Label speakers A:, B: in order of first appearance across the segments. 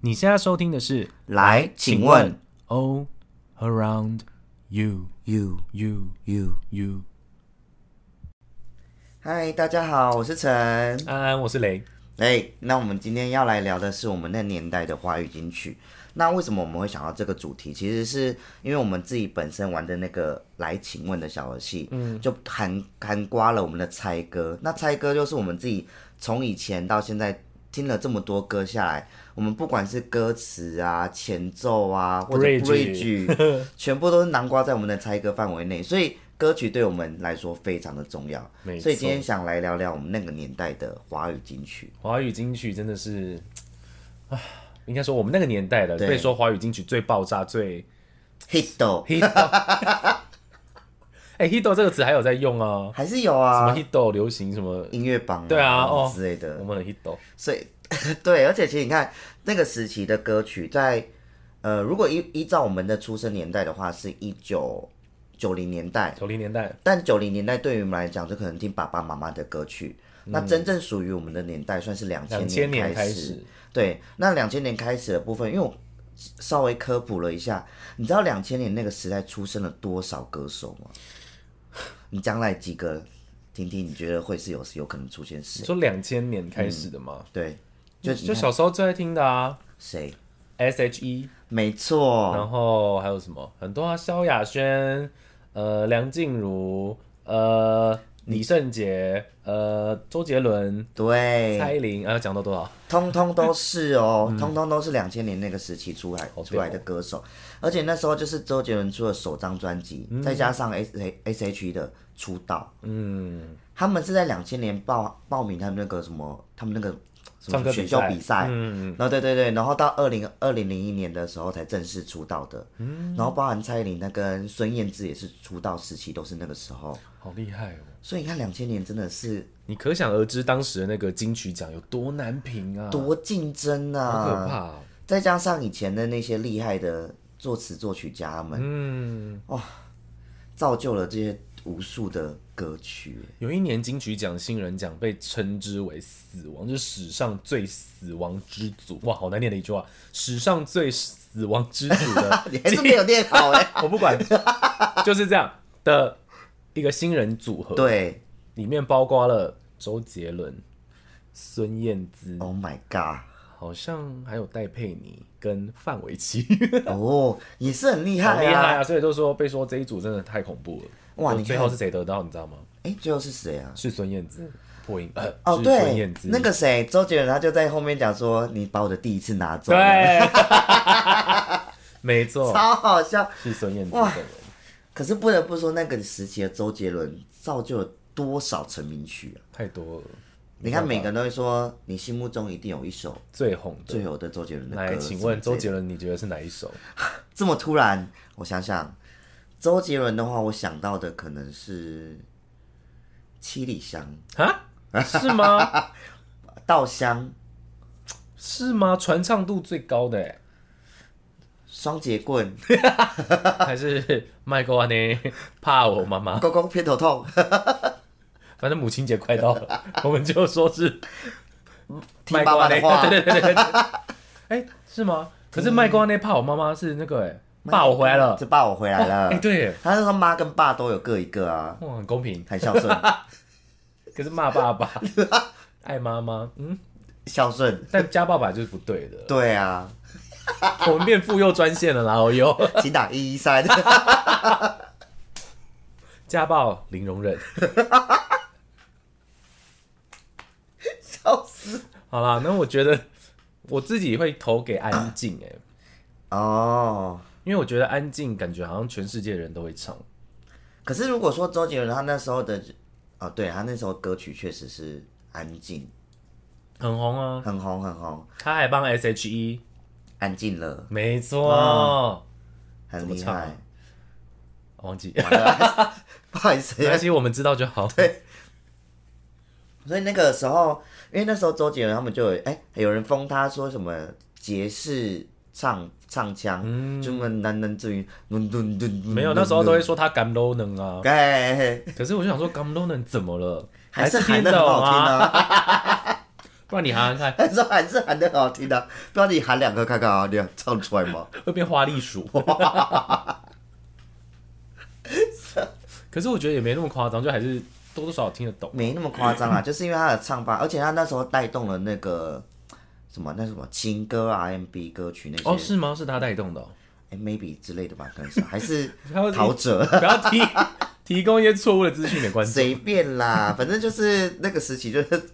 A: 你现在收听的是，
B: 来，请问，oh,
A: All Around You
B: you
A: You
B: you，
A: You。
B: 嗨，大家好，我是陈。
A: 安安，我是雷。
B: 哎，那我们今天要来聊的是我们那年代的华语金曲。那为什么我们会想到这个主题？其实是因为我们自己本身玩的那个“来，请问”的小游戏，嗯，就含含刮了我们的猜歌。那猜歌就是我们自己从以前到现在听了这么多歌下来，我们不管是歌词啊、前奏啊，或者
A: Bridge
B: bridge，全部都是南瓜在我们的猜歌范围内，所以歌曲对我们来说非常的重要。
A: 没错
B: 所以今天想来聊聊我们那个年代的华语金曲。
A: 华语金曲真的是，啊，应该说我们那个年代的，
B: 对
A: 可以说华语金曲最爆炸、最
B: hit 哦
A: hit。哎，hit 这个词还有在用啊，
B: 还是有
A: 什么
B: 啊，
A: hit 流行什么，
B: 音乐榜
A: 对啊哦
B: 之类的
A: 我，们很 hit。
B: 所以 对，而且其实你看那个时期的歌曲在。呃，如果依依照我们的出生年代的话，是一九九零年代，
A: 九零年代，
B: 但九零年代对于我们来讲，就可能听爸爸妈妈的歌曲。那真正属于我们的年代，算是两
A: 嗯两千
B: 千
A: 年
B: 开
A: 开
B: 始
A: 始。，
B: 对，那两千年开始的部分，因为我稍微科普了一下，你知道两千年那个时代出生了多少歌手吗？ 你将来几个听听，你觉得会是有有可能出现
A: 你
B: 谁？
A: 说两千年开始的吗？
B: 对，就
A: 嗯就
B: 你
A: 就
B: 看
A: 小时候最爱听的啊 E
B: 谁？
A: ，S.H.E。
B: 没错，
A: 然后还有什么很多啊，萧亚轩，呃，梁静茹，呃，李圣杰，呃，周杰伦，蔡
B: 对，
A: 依林，啊，讲到多少？
B: 通通都是哦，
A: 嗯
B: 通通都是两千年那个时期出来
A: 好屌
B: 出来的歌手，而且那时候就是周杰伦出了首张专辑，再加上 S S H E 的出道，
A: 嗯，
B: 他们是在两千年报报名他们那个什么，他们那个什
A: 唱歌
B: 么
A: 比
B: 选
A: 赛
B: 秀比赛，
A: 嗯，
B: 然后对对对，然后到二零二零零一年的时候才正式出道的，嗯，然后包含蔡依林那跟孙燕姿也是出道时期都是那个时候，
A: 好厉害哦！
B: 所以你看两千年真的是
A: 你可想而知当时的那个金曲奖有多难评啊，
B: 多竞争啊，
A: 好可怕、哦。
B: 再加上以前的那些厉害的作词作曲家们，
A: 嗯，
B: 造就了这些无数的歌曲，
A: 有一年金曲奖新人奖被称之为“死亡”，就是史上最死亡之组。哇，好难念的一句话，史上最死亡之组的
B: 你还是没有念好哎、
A: 我不管，就是这样的一个新人组合，，
B: 对
A: 里面包括了周杰伦、孙燕姿，
B: ，Oh my god。
A: 好像还有戴佩妮跟范玮 琪，
B: 哦，也是很厉
A: 好
B: 害
A: 厉害
B: 啊！
A: 啊！所以就说被说这一组真的太恐怖了。
B: 哇
A: 就
B: 你看
A: 最后是谁得到？你知道吗？
B: 哎、最后是谁啊？
A: 是孙燕姿破音，呃，
B: 哦，
A: 是孙
B: 对
A: 燕，姿
B: 那个谁，周杰伦他就在后面讲说：“你把我的第一次拿走。”，
A: 对，没错，
B: 超好笑。
A: 是孙燕姿
B: 哇
A: 的人。
B: 可是不得不说，那个时期的周杰伦造就了多少成名曲啊！
A: 太多了，
B: 你看，每个人都会说，你心目中一定有一首
A: 最红的。
B: 最有的周杰伦的歌。
A: 来，请问
B: 什
A: 周
B: 么之类
A: 杰伦，你觉得是哪一首？
B: 的这么突然，我想想，周杰伦的话，我想到的可能是《七里香
A: 啊？是吗？》
B: 《稻香》《
A: 是吗？传唱度最高的欸
B: 双截棍》
A: 还是麦克阿呢？怕我妈妈
B: 《，公公偏 头痛》。
A: 反正母亲节快到了，我们就说是
B: 听爸爸的话
A: 对对对对对。哎，是吗？可是麦克阿呢？怕我妈妈是那个哎，爸我回来了
B: 这。爸我回来了。
A: 哎，对耶，
B: 他是说妈跟爸都有各一个啊，
A: 哇，很公平。
B: 很孝顺，
A: 可是骂爸爸，爱妈妈，嗯，
B: 孝顺。
A: 但加爸爸就是不对的。
B: 对啊，
A: 我们变妇幼专线了啦，哦哟，
B: 请打一 一三。
A: 家暴零容忍。
B: 笑死。
A: 好啦，那我觉得我自己会投给安静哎。
B: 哦，
A: 因为我觉得安静，感觉好像全世界的人都会唱。
B: 可是如果说周杰伦他那时候的，哦，对他那时候歌曲确实是安静，
A: 很红啊，
B: 很红很红，
A: 他还帮 S.H.E，
B: 安静了，
A: 没错，
B: 很
A: 怎么
B: 厉
A: 唱
B: 害
A: 啊。忘 记，
B: 不好意
A: 没
B: 思，
A: 关系，我们知道就好。对，
B: 所以那个时候，因为那时候周杰伦他们就有哎、有人封他说什么爵士唱唱腔，就什么喃喃自语，嗯嗯嗯
A: 嗯没有，那时候都
B: 会。
A: 会说他 Gam l o n 啊，
B: 哎，
A: 可是我就想说 Gam l o n 怎么了？
B: 还是
A: 听
B: 喊的
A: 得
B: 很
A: 懂
B: 好听
A: 啊。
B: 啊！
A: 不然你喊喊
B: 但是 还是喊的好听的、不要你喊两个看看啊，你有唱出来吗？
A: 看，会变花栗 鼠。可是我觉得也没那么夸张，就还是多多少少听得懂。
B: 没那么夸 张啊，就是因为他的唱法，而且他那时候带动了那个什么那什么情歌、R&B 啊歌曲那些、
A: 哦，是吗？是他带动的、哦。
B: 哎 maybe 之类的吧，可能是 还是
A: 不要
B: 陶喆，
A: 不要 提提供一些错误的资讯给观众。
B: 随便啦， 反正就是那个时期就是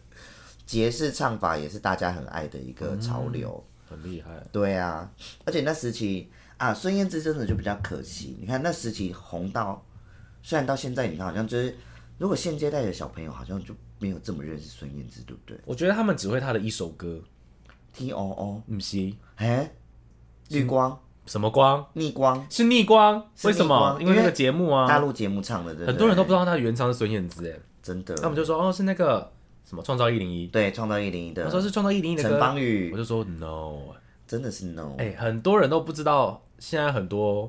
B: 爵士唱法也是大家很爱的一个潮
A: 嗯
B: 流。
A: 很厉害，
B: 对啊，而且那时期啊，孙燕姿真的就比较可惜。你看那时期红到，虽然到现在你看好像就是，如果现阶代的小朋友好像就没有这么认识孙燕姿，对不对
A: 我觉得他们只会他的一首歌，
B: ？T O O，
A: 不是
B: 哎，
A: 嗯
B: 绿光、
A: 什么光，
B: 逆光，
A: 是逆光。
B: 是
A: 为什么
B: 逆？光
A: 因为那
B: 因
A: 个
B: 为
A: 节目啊，
B: 大陆节目唱的，对不对
A: 很多人都不知道他的原唱是孙燕姿，哎，
B: 真的，
A: 他们就说哦是那个什么创造一零一，
B: 对创造一零一
A: 我说
B: 的
A: 是创造一零一的
B: 陈
A: 歌，
B: 芳
A: 我
B: 宇
A: 就说 no，
B: 真的是 no，
A: 哎、很多人都不知道，现在很多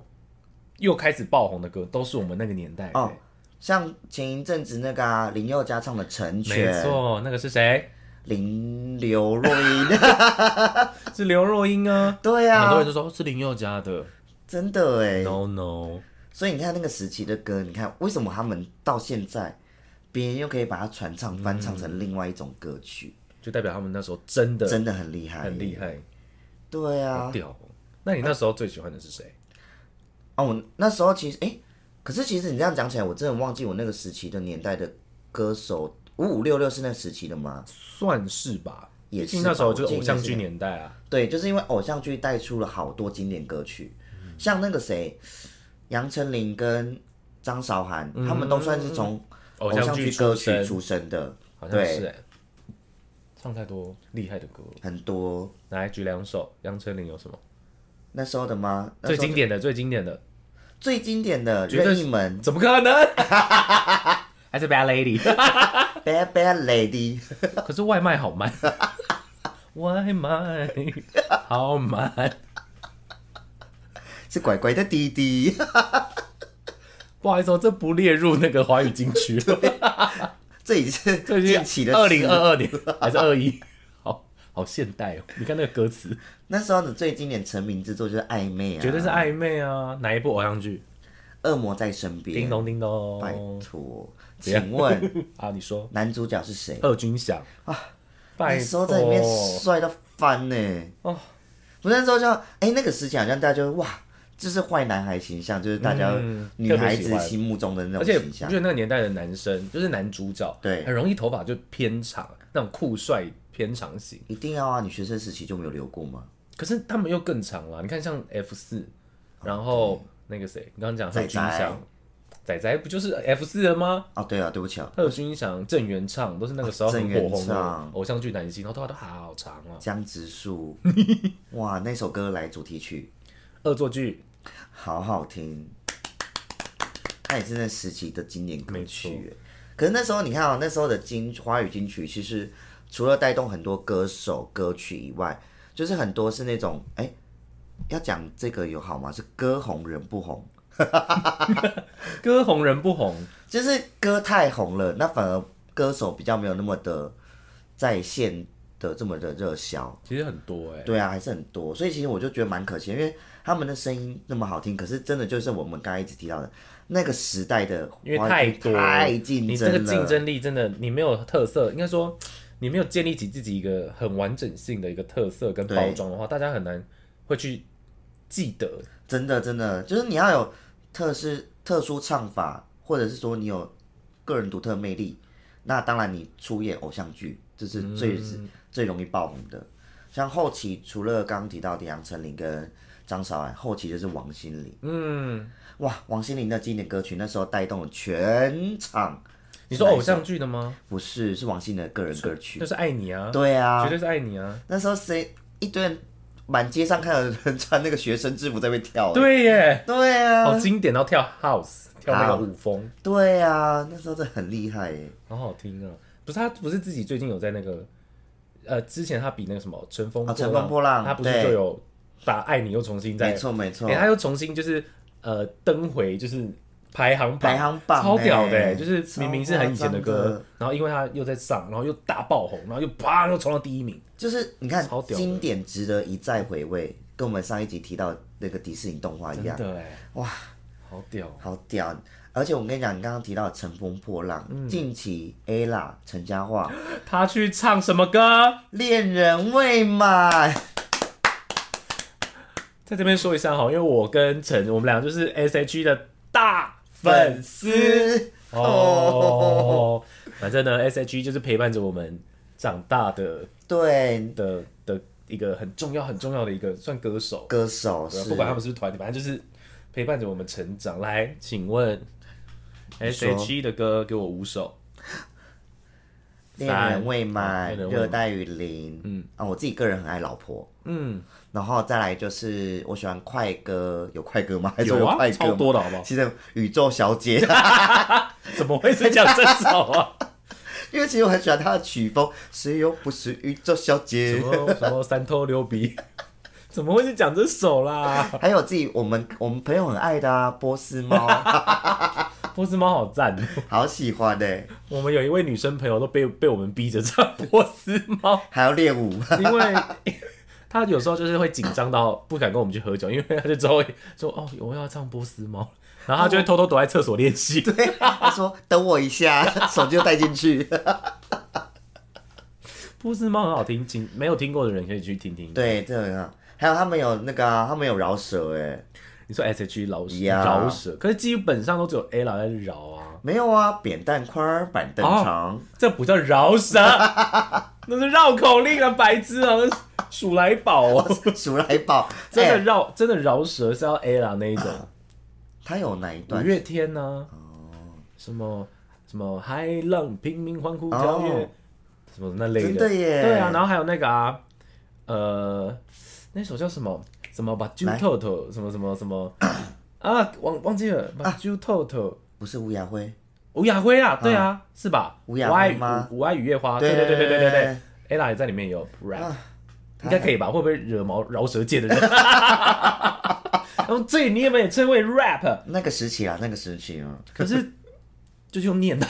A: 又开始爆红的歌都是我们那个年代的、哎
B: 哦像前一阵子那个、啊、林宥嘉唱的《成
A: 没
B: 全》，
A: 错，那个是谁？
B: 林刘若英，
A: 是刘若英啊。
B: 对
A: 很多人
B: 啊，
A: 就说是林宥嘉的
B: 真的哎，
A: ，no no，
B: 所以你看那个时期的歌，你看为什么他们到现在，别人又可以把它传唱、翻唱
A: 嗯
B: 成另外一种歌曲，
A: 就代表他们那时候真的
B: 真的很厉害，
A: 很厉。害，
B: 对
A: 好
B: 啊，
A: 屌哦、那你那时候最喜欢的是谁？
B: 哦，我那时候其实，哎、可是其实你这样讲起来，我真的忘记我那个时期的年代的歌手，五五六六是那时期的吗？
A: 算是吧，
B: 也
A: 毕
B: 是
A: 竟
B: 吧
A: 那时候就
B: 我记
A: 是
B: 得
A: 偶像剧年代啊。
B: 对，就是因为偶像剧带出了好多经典歌曲，像那个谁，杨丞琳跟张韶涵，他们都算是从
A: 嗯偶
B: 像
A: 剧
B: 剧
A: 出
B: 歌曲
A: 身，
B: 出身的，
A: 好像
B: 对
A: 是哎、唱太多厉害的歌了，
B: 很多。
A: 来举两首。杨丞琳有什么
B: 那时候的吗？那
A: 最
B: 时候
A: 经典的？最经典的
B: 最经典的
A: 绝对
B: 任
A: 是
B: 意门
A: 怎么可 能？还是 Bad Lady？
B: ，Bad Bad Lady，
A: 可是外卖好慢，外卖好慢。
B: 是乖乖的弟弟，
A: 不好意思、哦，这不列入那个华语金 曲了。
B: 这已经是
A: 这已
B: 近期
A: 经
B: 的
A: 二零
B: 事了。
A: 二二年还是二一，好好现代哦。你看那个歌词，
B: 那时候的最经典成名之作就是《暧昧》啊，
A: 绝对是暧昧啊！哪一部偶像剧？
B: 恶魔在身
A: 叮
B: 边》。
A: 咚叮
B: 拜
A: 咚
B: 托，
A: 怎样
B: 请问
A: 啊！你说
B: 男主角是谁？
A: 贺军翔啊，拜
B: 那时候
A: 托，
B: 在里面帅到翻呢、
A: 哦
B: 我那时候就哎、那个时期好像大家就哇，这是坏男孩形象，就是大家
A: 嗯
B: 女孩
A: 特别喜
B: 子
A: 欢
B: 心目中的那
A: 而
B: 种
A: 且
B: 形
A: 我
B: 象
A: 觉。得那个年代的男生，就是男主角，
B: 对
A: 很容易头发就偏长，那种酷帅偏长型。
B: 一定要啊！你学生时期就没有留过吗？
A: 可是他们又更长了，你看像 F 四，然后那个谁，你刚刚讲贺
B: 哦仔
A: 军
B: 仔
A: 翔，仔仔不就是 F 四了吗？
B: 哦，对啊，对不起啊，
A: 贺军翔、郑元畅都是那个时候
B: 啊
A: 很
B: 郑元
A: 火红的
B: 畅
A: 偶像剧男星，然后头发都好长啊。
B: 江直 树，哇，那首歌来主题曲
A: 恶作剧
B: 好好听，那也是那时期的经典歌曲耶。可是那时候你看啊、那时候的金华语金曲，其实除了带动很多歌手歌曲以外，就是很多是那种哎、要讲这个有好吗？是歌红人不红，
A: 歌红人不红，
B: 就是歌太红了，那反而歌手比较没有那么的在线的这么的热销。
A: 其实很多哎、
B: 对啊，还是很多，所以其实我就觉得蛮可惜，因为他们的声音那么好听，可是真的就是我们刚刚一直提到的那个时代的华语
A: 因
B: 区，
A: 为太多
B: 太竞
A: 你这
B: 争
A: 个
B: 了，
A: 竞争力真的，你没有特色，应该说你没有建立起自己一个很完整性的一个特色跟
B: 对
A: 包装的话，大家很难会去记得。
B: 真的真的就是你要有特是特殊唱法，或者是说你有个人独特魅力，那当然你出演偶像剧这是最、是
A: 嗯
B: 最容易爆红的。像后期除了刚刚提到的杨丞琳跟张韶涵，后期就是王心凌。
A: 嗯，
B: 哇，王心凌的经典歌曲那时候带动了全场。
A: 你说偶像剧的吗？
B: 不是，是王心凌的个人歌曲
A: 那。是爱你啊，
B: 对
A: 绝
B: 啊，
A: 对是爱你啊。
B: 那时候谁一堆人满街上看有人穿那个学生制服在那边跳、欸。
A: 对耶，
B: 对啊，
A: 好经典，然后跳 house，跳那个舞风，
B: 对啊，那时候真的很厉害哎、
A: 好好听啊！不是他，不是自己最近有在那个，呃，之前他比那个什么《乘风
B: 啊
A: 破
B: 乘
A: 浪》，
B: 风破浪
A: 他不是
B: 对
A: 就有把《爱你》又重新再，
B: 哦没错没错
A: 诶，他又重新就是呃登回就是排行榜，
B: 排行榜
A: 超屌的、
B: 欸
A: 就是明明是很以前的
B: 超夸张
A: 歌
B: 的，
A: 然后因为它又在上，然后又大爆红，然后又啪又冲到第一名。
B: 就是你看
A: 超屌的
B: 经典值得一再回味，跟我们上一集提到那个迪士尼动画一
A: 真
B: 样，
A: 的哎、哇，好屌！哦
B: 好屌！而且我跟你讲，你刚刚提到的《乘风破浪》
A: 嗯
B: 近期 ella 陈嘉桦《
A: 他去唱什么歌？
B: 恋人未满》，
A: 在这边说一下哈，因为我跟陈，我们俩就是 S H E 的大粉丝
B: 哦，
A: 哦。反正呢，S H E 就是陪伴着我们长大的
B: 对，
A: 的的一个很重要很重要的一个算歌手，
B: 歌手
A: 对啊
B: 是
A: 不管他们是不是团体，反正就是陪伴着我们成长。来，请问 S
B: 说
A: H E 的歌给我五首，
B: 恋人未满
A: 恋、人未满
B: 热带雨林，嗯啊，我自己个人很爱老婆，
A: 嗯，
B: 然后再来就是我喜欢快歌，有快歌吗？还是
A: 有啊，
B: 快歌吗
A: 超多的好不好？
B: 其实宇宙 小姐，
A: 怎么会是讲这首啊？
B: 因为其实我很喜欢她的曲风，谁又不是宇宙小
A: 什
B: 姐？
A: 么什么三头六臂， 怎么会是讲这首啦？
B: 还有自己我们我们朋友很爱的啊，波斯 猫，
A: 波斯猫好赞，
B: 好喜欢欸呢、
A: 我们有一位女生朋友都被被我们逼着唱波斯猫，
B: 还要练舞，
A: 因为 她有时候就是会紧张到不敢跟我们去喝酒，因为她就之后会说哦我要唱波斯猫，然后她就会偷偷躲在厕所练习。
B: 他说等我 一下，手机就带进去。
A: 波斯猫很好听，请没有听过的人可以去听听。
B: 对，这很好。还有他们有那个啊、他们有饶舌哎、
A: 你说 S H E 饶舌
B: Yeah
A: 饶舌，可是基本上都只有 A 老在饶啊，
B: 没有啊，扁担宽儿板凳
A: 哦
B: 长。
A: 这不叫饶舌， 那是绕口令啊，白痴啊，那是鼠来宝 哦，
B: 鼠来宝，
A: 真的
B: 哎
A: 绕、真的饶舌是要 A 啦那一种。
B: 他有哪一
A: 五
B: 段？
A: 月天
B: 哦
A: 呐、什么什么海浪拼命欢呼
B: 哦
A: 跳跃，什么那类
B: 真的耶
A: 对啊，然后还有那个啊，呃，那首叫什么？什么把猪
B: 来
A: 透透？什么什么什么啊？忘忘记了，把猪透透。
B: 不是乌鸦灰，
A: 吴雅辉啊，对啊，是吧？
B: 吴雅
A: 我爱
B: 辉吗
A: 我爱与夜花，
B: 对
A: 啊对对对对对
B: 对
A: 对对，ella 也在里面有 rap，
B: 啊
A: 应该可以吧？会不会惹毛饶舌界的人？ 然后这你有没有这位 rap？
B: 那个时期啊，那个时期啊，
A: 可是就是用念的，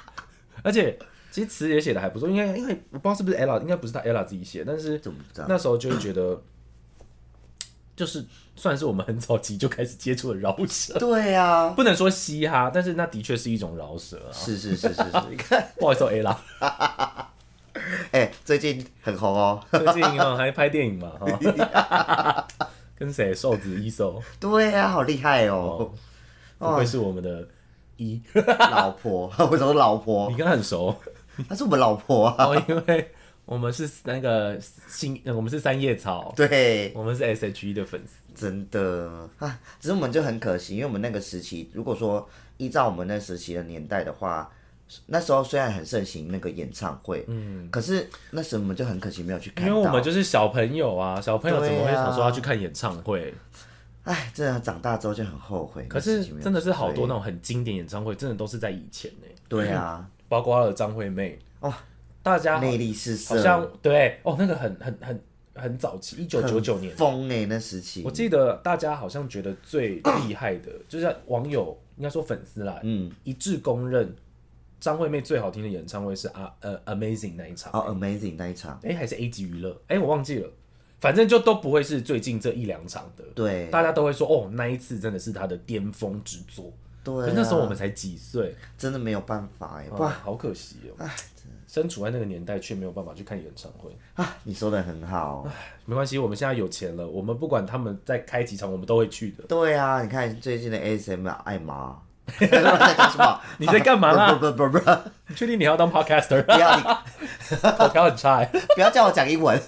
A: 而且其实词也写的还不错，应该因为我不知道是不是 ella，应该不是他 ella 自己写，但是
B: 怎么不知道？
A: 那时候就会觉得， 就是算是我们很早期就开始接触的饶舌，
B: 对啊，
A: 不能说嘻哈，但是那的确是一种饶舌啊。
B: 是是是是是， 你看，
A: 不好意思、哦、，ella，
B: 哎，最近很红哦。
A: 最近哈还拍电影嘛哈，跟谁？瘦子一瘦，
B: 对啊，好厉害哦，
A: 不愧是我们的一，
B: 老婆， 我说老婆
A: 你，跟他很熟。
B: 她是我们老婆啊。
A: 哦，因为我们是那个新，我们是三叶草，
B: 对，
A: 我们是 S H E 的粉丝。
B: 真的啊，只是我们就很可惜，因为我们那个时期，如果说依照我们那时期的年代的话，那时候虽然很盛行那个演唱会，嗯，可是那时候我们就很可惜没有去
A: 因
B: 看
A: 为
B: 到，
A: 我们就是小朋友啊，小朋友怎么会
B: 对啊
A: 想说要去看演唱会？
B: 哎，真的长大之后就很后悔。
A: 可
B: 那
A: 是
B: 时期没有
A: 真的是好
B: 追
A: 多那种很经典演唱会，真的都是在以前呢、
B: 对啊，
A: 包括了张惠妹
B: 哦，
A: 大家好
B: 内力四
A: 嗯
B: 射，
A: 好像对哦，那个很很很很早期，一九九九年，
B: 疯哎、那时期
A: 我，记得大家好像觉得最厉害的， 就是网友应该说粉丝啦，
B: 嗯，
A: 一致公认张惠妹最好听的演唱会是啊呃 Amazing 那一场。
B: 哦，Amazing 那一场，
A: 哎、还是 A 级娱乐，哎、我忘记了，反正就都不会是最近这一两场的，
B: 对
A: 大家都会说哦，那一次真的是他的巅峰之作。可
B: 对、
A: 是
B: 啊，
A: 那时候我们才几岁，
B: 真的没有办法哎、
A: 哇、
B: 哇
A: 好可惜哦。身处在那个年代，却没有办法去看演唱会。
B: 啊，你说的很好，
A: 没关系，我们现在有钱了，我们不管他们在开几场，我们都会去的。
B: 对啊，你看最近的 ASM 艾玛。 在讲什么？
A: 你在干嘛啦
B: 不不不不，不
A: 你确定你还要当 podcaster？
B: 不要你
A: 口条很差、欸。
B: 不要叫我讲英文。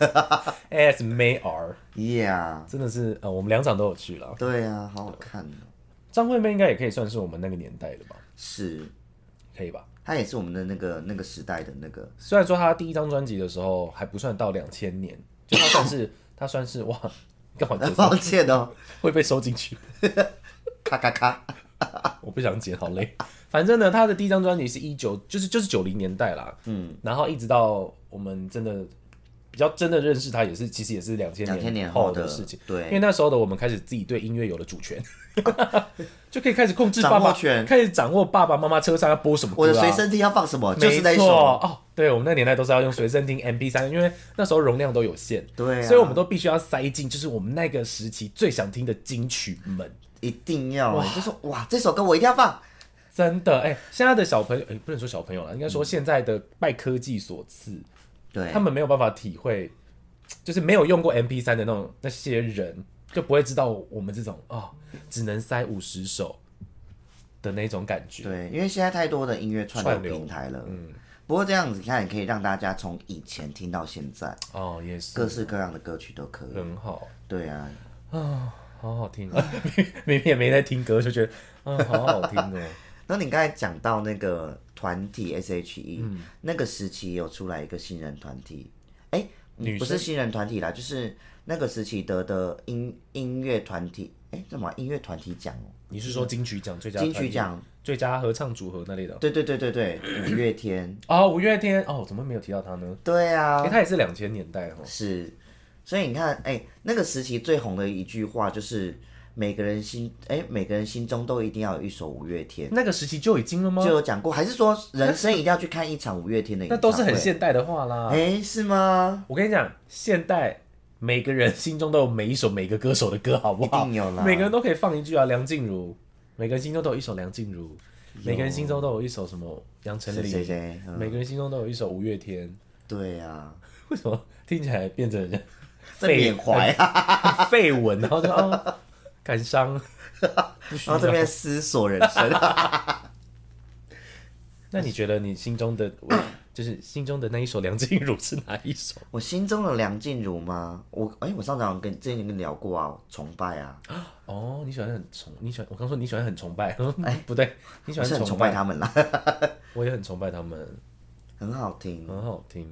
A: S M A R
B: Yeah，
A: 真的是呃，我们两场都有去了。
B: 对啊，好好看哦。
A: 张惠妹应该也可以算是我们那个年代的吧？
B: 是，
A: 可以吧？
B: 他也是我们的那个那个时代的那个，
A: 虽然说他第一张专辑的时候还不算到两千年，就他算是他算是哇，干嘛咳 嗽
B: 抱歉哦，
A: 会被收进去？
B: 咔咔咔。
A: 我不想剪，好累。反正呢，他的第一张专辑是一九，就是就是九零年代啦，嗯，然后一直到我们真的比较真的认识他也是，其实也是两千
B: 两千年
A: 后
B: 后的
A: 事情。
B: 对
A: 因为那时候的我们开始自己对音乐有了主 权，就可以开始控制
B: 掌
A: 爸
B: 握
A: 爸，
B: 权
A: 开始掌握爸爸妈妈车上要播什么歌、啊。
B: 我的随身听要放什么，就
A: 没
B: 是那一
A: 错
B: 首。
A: 哦，对，我们那年代都是要用随身听 MP 三，因为那时候容量都有限，
B: 对啊
A: 所以我们都必须要塞进，就是我们那个时期最想听的金曲们。
B: 一定要，就说哇，这首歌我一定要放。
A: 真的，哎、现在的小朋友，哎、不能说小朋友了，应该说现在的拜科技所赐，
B: 嗯对
A: 他，们没有办法体会，就是没有用过 MP 三的那种那些人，就不会知道我们这种哦，只能塞五十首的那种感觉。
B: 对，因为现在太多的音乐串
A: 串
B: 流
A: 流
B: 平台了。嗯，不过这样子你看，也可以让大家从以前听到现在，
A: 哦，也是
B: 各式各样的歌曲都可以。
A: 很好，
B: 对啊，
A: 好好听、 啊，明明也没在听歌，就觉得嗯，好好听 哦。
B: 那你刚才讲到那个团体 S.H.E，、那
A: 嗯
B: 个时期有出来一个新人团体，哎、
A: 女
B: 不
A: 生
B: 是新人团体啦，就是那个时期得的音音乐团体，哎、什么音乐团体奖哦，
A: 你是说金曲奖最佳
B: 金曲
A: 团体哦
B: 奖、
A: 最佳合唱组合那类的？
B: 对对对对对，五 月天，
A: 哦，五月天哦，怎么没有提到他呢？
B: 对啊
A: 哎、，他也是两千年代哦。
B: 是，所以你看，哎、那个时期最红的一句话就是每个人心，哎、每个人心中都一定要有一首五月天，
A: 那个时期就已经了吗
B: 就？有讲过，还是说人生一定要去看一场五月天的演
A: 那
B: 唱会？
A: 都是很现代啊的话啦。
B: 哎、是吗？
A: 我跟你讲，现代每个人心中都有每一首每个歌手的歌，好不
B: 一
A: 好
B: 定？有啦，
A: 每个人都可以放一句啊，梁静茹，每个人心中都有一首梁静茹，每个人心中都有一首什么杨丞
B: 谁谁
A: 琳，
B: 谁，嗯
A: 每个人心中都有一首五月天。
B: 对啊，
A: 为什么听起来变成
B: 这缅怀 啊，
A: 废文，然后就哦，感伤？不需
B: 然
A: 要
B: 后这。边思索人 生，
A: 那你觉得你心中的，就是心中的那一首梁静茹是哪一首？
B: 我心中的梁静茹吗？我哎、我上次好像跟之前跟你聊过啊，崇拜啊，
A: 哦，你喜欢很崇，你喜欢我刚说你喜欢很崇拜，哎，不对，你喜
B: 我
A: 欢
B: 是很崇
A: 崇
B: 拜他们啦，
A: 我也很崇拜他们，
B: 很好听，
A: 很好听。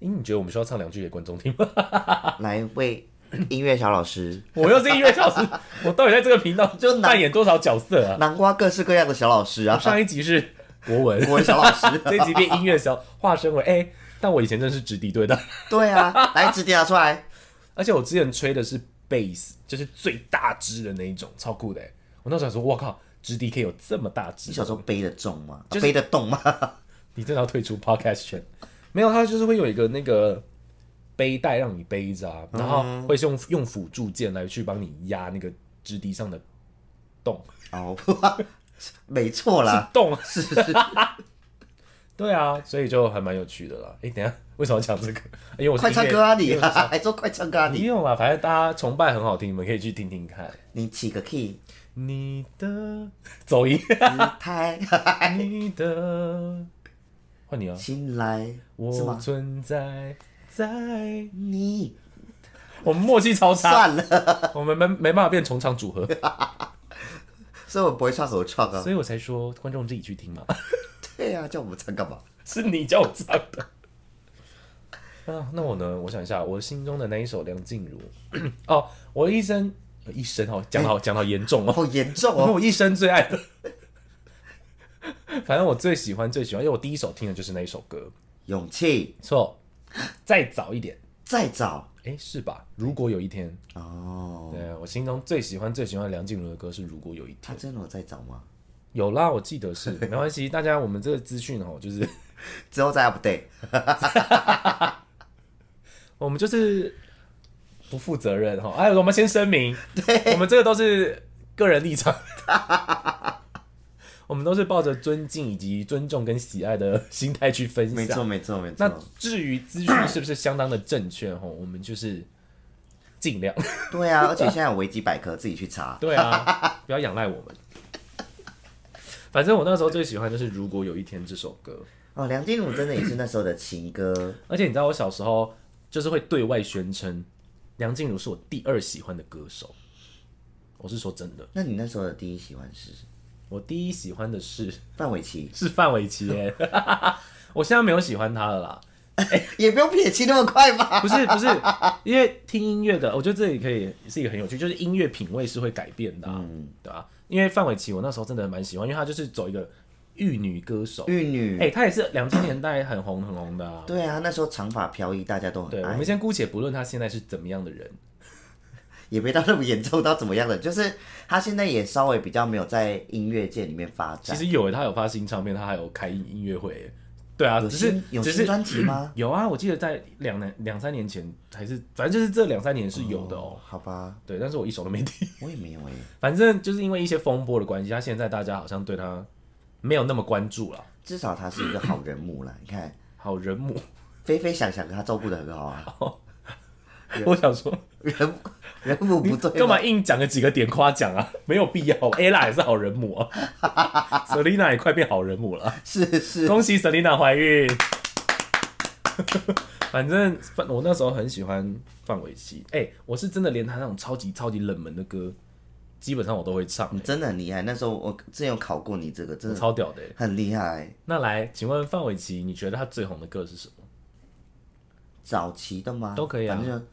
A: 咦，你觉得我们需要唱两句给观众听吗？
B: 来为音乐小老师。
A: 我又是音乐小师， 我到底在这个频道
B: 就拿
A: 扮演多少角色 啊？
B: 南瓜各式各样的小老师啊，
A: 上一集是国文，
B: 国文小老师，
A: 这一集变音乐小，化身为哎、但我以前真是直笛队的，
B: 对啊，来指点拿出来，
A: 而且我之前吹的是贝斯，就是最大支的那一种，超酷的欸。我那时候想说，我靠，直笛可以有这么大支
B: 你，小时候背得重吗？啊
A: 就是
B: 背得动吗？
A: 你真的要退出 podcast 圈？没有，它就是会有一个那个背带让你背着啊，然后会是用用辅助键来去帮你压那个直笛上的洞，
B: 哦， 没错啦，
A: 洞。啊
B: 是是，
A: 对啊，所以就还蛮有趣的啦。哎、等一下为什么要讲这个？因为我是
B: 快唱
A: 音乐
B: 歌啊你， 还说快唱歌啊
A: 不
B: 你，
A: 用啦，反正大家崇拜很好听，你们可以去听听看。
B: 你起个 key，
A: 你的走音，
B: 姿态
A: 你的换你啊。
B: 醒来，是
A: 我
B: 吗？
A: 存在在，
B: 你
A: 我们默契超差，
B: 算 了，
A: 我们没没办法变重唱组 合，
B: 所以我不会唱手唱啊
A: 所，以我才说观众自己去听嘛，
B: 对啊，叫我们唱干嘛？
A: 是你叫我唱的。 啊，那我呢？我想一下，我心中的那一首梁静 茹，哦，我一生呃一生哦，讲得好讲得好严重哦，
B: 好严重
A: 因为
B: 哦，
A: 我一生最爱的， 反正我最喜欢最喜欢，因为我第一首听的就是那一首歌，
B: 勇气，
A: 错，再早一点，
B: 再找
A: 诶，是吧？如果有一天，
B: 哦，
A: 对我心中最喜欢最喜欢梁静茹的歌是《如果有一
B: 他
A: 天》，
B: 真的有在找吗？
A: 有啦，我记得是，没关系，大家我们这个资讯哦，就是
B: 之后再 update，
A: 我们就是不负责任哈，哎，我们先声明，我们这个都是个人立场， 我们都是抱着尊敬以及尊重跟喜爱的心态去分
B: 没
A: 享
B: 错。没错没
A: 啊那
B: 错，
A: 至于资讯是不是相当的正确吼，我们就是尽 量。
B: 对啊，而且现在有维基百科，自己去查。
A: 对啊，不要仰赖我们。反正我那时候最喜欢就是《如果有一天》这首歌，
B: 哦，梁静茹真的也是那时候的情歌，
A: 而且你知道我小时候就是会对外宣称梁静茹是我第二喜欢的歌手，我是说真的，
B: 那你那时候的第一喜欢是
A: 我第一喜欢的是 ，
B: 范玮琪
A: 是范玮琪耶， 我现在没有喜欢他了啦，
B: 也不用撇清那么快吧？
A: 不是不是，因为听音乐的，我觉得这里可以是一个很有趣，就是音
B: 嗯
A: 乐品味是会改变的、啊，对吧、因为范玮琪，我那时候真的蛮喜欢，因为他就是走一个玉女歌手，
B: 玉女，
A: 哎、她也是两千年代很红很红的、啊。
B: 对啊，那时候长发飘逸，大家都
A: 对，
B: 很
A: 我
B: 爱
A: 们，先姑且不论她现在是怎么样的人，
B: 也没到那么严重到怎么样的，就是他现在也稍微比较没有在音乐界里面发
A: 其
B: 展。
A: 实有诶，她有发新唱片，她还有开音乐会耶，对啊，
B: 有
A: 只是
B: 新有
A: 只
B: 新
A: 是
B: 专辑吗？
A: 有啊，我记得在两年两三年前还是，反正就是这两三年是有的哦。
B: 好吧，
A: 对，但是我一首都没欸听。
B: 我也没有哎、
A: 反正就是因为一些风波的关系，她现在大家好像对她没有那么关注了。
B: 至少他是一个好人物啦。你看，
A: 好人母，
B: 菲菲想想他照顾的很好 啊，
A: 我想说，
B: 人人物不对啊
A: 干
B: 吗
A: 嘛硬讲个几个点夸奖啊？没有必要。Ella 也是好人母啊 ，Selina 也快变好人母了，
B: 是 是，
A: 恭喜 Selina 怀孕。 反正范我那时候很喜欢范玮琪，哎、我是真的连他那种超级超级冷门的歌，基本上我都会唱、
B: 你
A: 欸
B: 真的很厉害。那时候我之前有考过你这个，真
A: 我
B: 的
A: 超屌的、欸。
B: 很厉害、
A: 那来，请问范玮琪，你觉得他最红的歌是什么？
B: 早期的吗？
A: 都可以啊
B: 反正就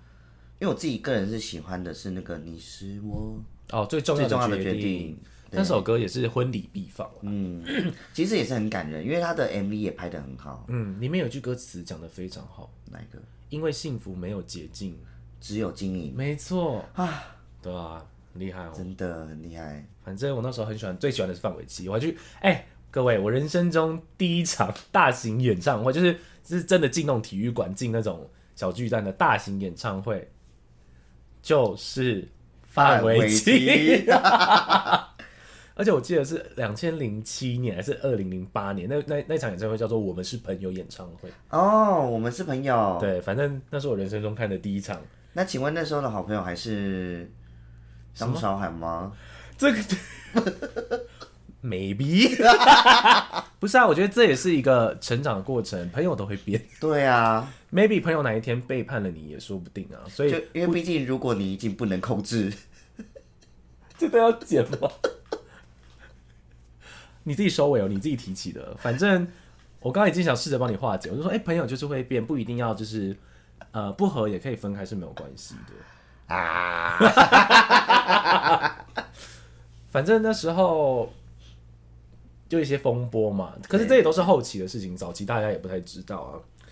B: 因为我自己个人是喜欢的是那个你是我
A: 哦，最重
B: 最重要
A: 要
B: 的
A: 的
B: 决
A: 决嗯
B: 定，
A: 那首歌也是婚礼必放啊啦
B: 其实也是很感人，因为他的 MV 也拍的很好。
A: 嗯，里面有一句歌词讲的非常好，
B: 哪一个？
A: 因为幸福没有捷径，
B: 只有经营，
A: 没错啊，对啊，很厉害哦。
B: 真的很厉害。
A: 反正我那时候很喜欢，最喜欢的是范玮琪，我还去哎、各位，我人生中第一场大型演唱会，就是是真的进那种体育馆，进那种小巨蛋的大型演唱会，就是范玮琪。
B: 范玮琪
A: 而且我记得是两千零七年还是二零零八年，那那那场演唱会叫做《我们是朋友》演唱会。
B: 哦，我们是朋友。
A: 对，反正那是我人生中看的第一场。
B: 那请问那时候的好朋友还是张韶涵吗？
A: 这个 maybe 不是啊，我觉得这也是一个成长的过程，朋友都会变
B: 对啊，
A: ，maybe 朋友哪一天背叛了你也说不定啊，所
B: 就
A: 以
B: 因为毕竟如果你已经不能控制，
A: 这都要剪吗？ 你自己收尾哦，你自己提起的，反正我刚刚已经想试着帮你化解，我就说，哎、朋友就是会变，不一定要就是呃不合也可以分开是没有关系的。
B: 啊，
A: 反正那时候就一些风波嘛，可是这也都是后期的事情，早期大家也不太知道啊。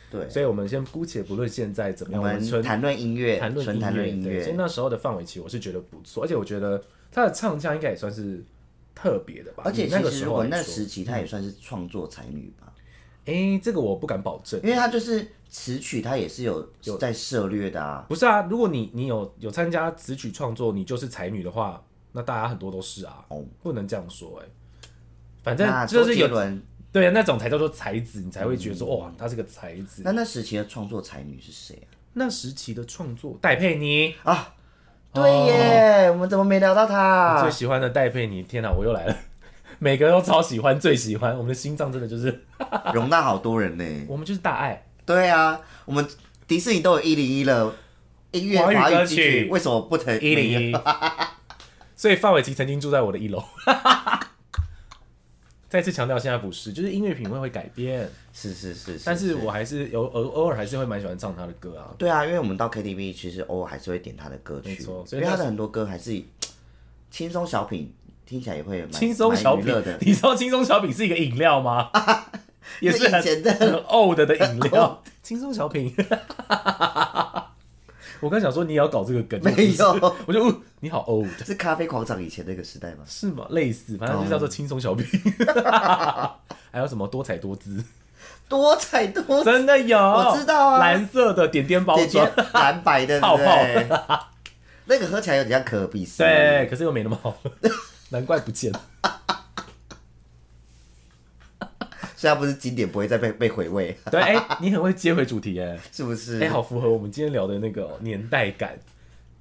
B: 对，
A: 所以我们先姑且不论现在怎么样，
B: 我
A: 我
B: 们
A: 们纯
B: 谈论音乐，
A: 谈论
B: 纯谈论音
A: 对所以
B: 乐，
A: 那时候的范玮琪，我是觉得不错，而且我觉得他的唱腔应该也算是特别的吧。
B: 而且
A: 以那个
B: 其实
A: 时
B: 如
A: 候
B: 果
A: 来
B: 那
A: 说，嗯
B: 时期她也算是创作才女吧，
A: 哎、这个我不敢保证。
B: 因为她就是词曲她也是有在涉略的啊，
A: 不是啊，如果你你有有参加词曲创作，你就是才女的话，那大家很多都是啊，
B: 哦
A: 不能这样说哎、反
B: 那
A: 正就
B: 周
A: 是
B: 杰
A: 有嗯
B: 伦，嗯
A: 对啊那种才叫做才子，你才会觉得说、哇，她是个才子。
B: 那那时期的创作才女是谁
A: 那时期的创作，戴佩妮，
B: 啊？啊，
A: 哦
B: 对耶，我们怎么没聊 到
A: 我最
B: 她？
A: 喜欢的戴佩妮，天哪，我又来了， 每个都超喜欢，最喜欢，我们的心脏真的就是，
B: 容纳好多人呢。
A: 我们就是大爱。
B: 对啊，我们迪士尼都有一零一了，音乐
A: 华语
B: 华
A: 歌
B: 语金曲
A: 曲
B: 为什么不能
A: 一零一。所以范玮琪曾经住在我的一楼。 再次强调，现在不是，就是音乐品味会改变，
B: 是是是，
A: 但是我还是有偶偶尔还是会蛮喜欢唱他的歌啊。
B: 对啊，因为我们到 KTV 其实偶尔还是会点他的歌曲，
A: 没错所
B: 因
A: 以
B: 为
A: 那
B: 他的很多歌还是轻松小品，听起来也会蛮
A: 轻松小
B: 蛮
A: 品
B: 娱乐的，。
A: 你知道轻松小品是一个饮料 吗？ 也是
B: 那
A: 很
B: 以前的
A: 很 old 的饮料，轻松小品。 我刚想说你也要搞这个梗，
B: 没有，
A: 我就、哦、你好 old。
B: 是咖啡广场以前那个时代吗？
A: 是吗？类似，反正就叫做轻松 小品，还有什么多彩多姿，
B: 多彩 多姿，
A: 真的有，
B: 我知道啊
A: 蓝色的点点包
B: 姐
A: 装
B: 姐，蓝白的，
A: 泡
B: 对不对？那个喝起来有点像可比斯，
A: 对，可是又没那么好， 难怪不见了。
B: 虽然不是经典，不会再被被回味，
A: 对，哎、你很会接回主题，哎，
B: 是不是？
A: 哎、好符合我们今天聊的那个哦、年代感，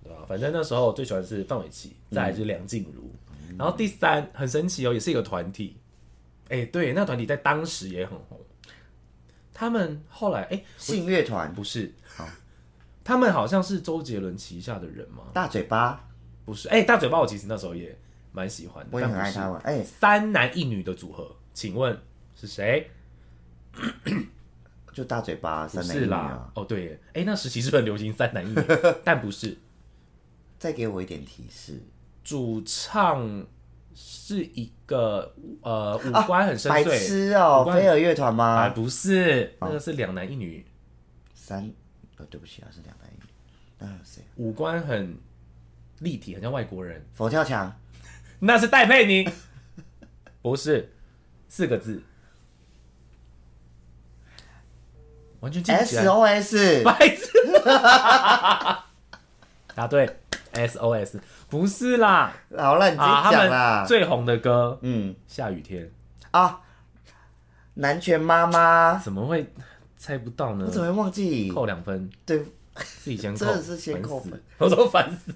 A: 对吧？反正那时候最喜欢的是范玮琪，
B: 嗯
A: 再来就是梁静茹，然后第三很神奇哦，也是一个团体，哎、对，那团体在当时也很红，他们后来哎、
B: 信乐团
A: 不是
B: 好，
A: 他们好像是周杰伦旗下的人吗？
B: 大嘴巴，
A: 不是，哎、大嘴巴我其实那时候也蛮喜欢的，
B: 我也很
A: 但不
B: 爱
A: 是
B: 他们。哎、
A: 三男一女的组合，请问是谁？
B: 就大嘴巴
A: 不
B: 三男一
A: 是
B: 女
A: 啦
B: 啊。，
A: 哦对耶，哎、那时期是不是很流行三男一 女？但不是，
B: 再给我一点提示，
A: 主唱是一个呃五
B: 啊
A: 官很深
B: 白
A: 邃，
B: 痴哦、啊
A: 五官
B: 飞儿乐团
A: 啊
B: 吗？
A: 不是，那个是两男一女，
B: 三，呃，对不起啊，是两百一，那还有谁？
A: 五官很立体，很像外国人。
B: 佛跳墙
A: 那是戴佩 妮，不是四个字，完全记不起来。
B: ，SOS，
A: 白痴， 答对，SOS 不是啦，
B: 好了，你直
A: 啊，
B: 接
A: 他
B: 讲
A: 们
B: 啦。
A: 最红的歌《
B: 嗯
A: 下雨天
B: 啊，南拳妈妈》，，
A: 怎么会猜不到呢
B: 我？怎么会忘记？
A: 扣两分，
B: 对，
A: 自己先扣，
B: 真的是先扣
A: 烦死
B: 分，
A: 我都烦死。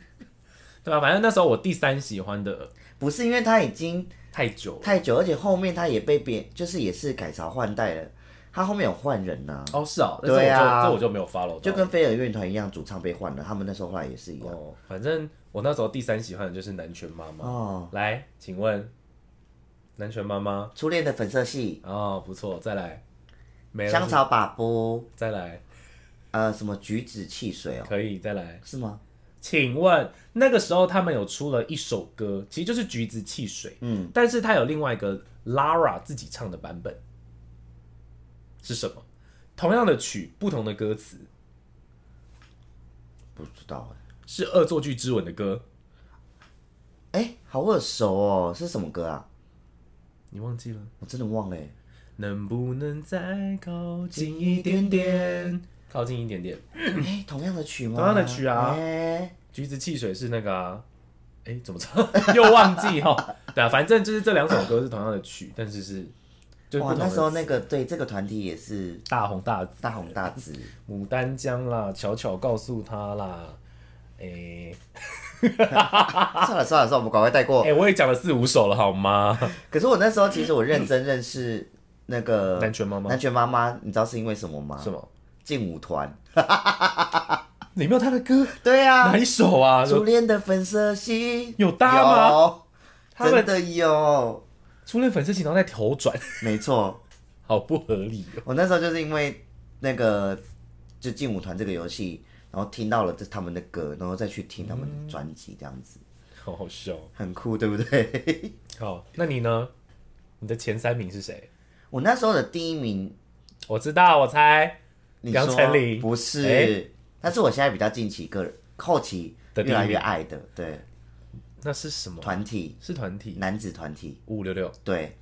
A: 对啊，反正那时候我第三喜欢的
B: 不是因为他已经
A: 太久了。
B: 太久，而且后面他也被别，就是也是改朝换代了，他后面有换人呐、
A: 哦，是哦，
B: 对啊
A: 那这我就这我就没有 follow，到
B: 就跟飞儿乐团一样，主唱被换了，他们那时候后来也是一样。
A: 哦，反正我那时候第三喜欢的就是南拳妈妈。
B: 哦，
A: 来，请问南拳妈妈？
B: 初恋的粉色系，
A: 哦，不错，再来，没了，
B: 香草把布，
A: 再来，
B: 呃，什么橘子汽水哦，
A: 可以再来。
B: 是吗？
A: 请问那个时候他们有出了一首歌，其实就是橘子汽水，嗯，但是它有另外一个 Lara 自己唱的版本，是什么？同样的曲，不同的歌词，
B: 不知道哎。
A: 是《恶作剧之吻》的歌，
B: 哎、好耳熟哦，是什么歌啊？
A: 你忘记了？
B: 我真的忘了欸。
A: 能不能再靠近一点点？靠近一点点。
B: 哎、同样的曲吗？
A: 同样的曲啊
B: 哎、
A: 橘子汽水是那个啊，哎、怎么唱？ 又忘记哈。对啊，反正就是这两首歌是同样的曲，但是是就是不
B: 哇，
A: 同的
B: 那时候那
A: 词
B: 个对这个团体也是
A: 大红大紫，
B: 大红大紫，
A: 牡丹江啦，巧巧告诉他啦，哎、
B: 算了算了算了，我们赶快带
A: 哎、
B: 过。
A: 我也讲了四五首了好 吗？
B: 可是我那时候其实我认真认识那个
A: 南拳妈妈
B: 南拳妈妈，你知道是因为什么吗？
A: 什么？
B: 劲舞团。
A: 你没有他的歌？
B: 对啊
A: 哪，一首 啊？
B: 初恋的粉色系
A: 有搭吗
B: 有
A: 他们
B: 真的有，
A: 初恋粉丝情，然后在头转，
B: 没错。
A: 好不合理哦。
B: 我那时候就是因为那个就劲舞团这个游戏，然后听到了这他们的歌，然后再去听他们的专辑，这样子
A: 好好笑。哦
B: 很酷，对不对？
A: 好，那你呢？你的前三名是谁？
B: 我那时候的第一名，
A: 我知道，我猜
B: 你
A: 杨
B: 说
A: 丞琳
B: 不是，
A: 哎
B: 但是我现在比较近期个人后期
A: 的第一
B: 越来越
A: 名
B: 爱的，对
A: 那是什么？
B: 团体
A: 是团体
B: 男子团体，
A: 五五六六，
B: 对，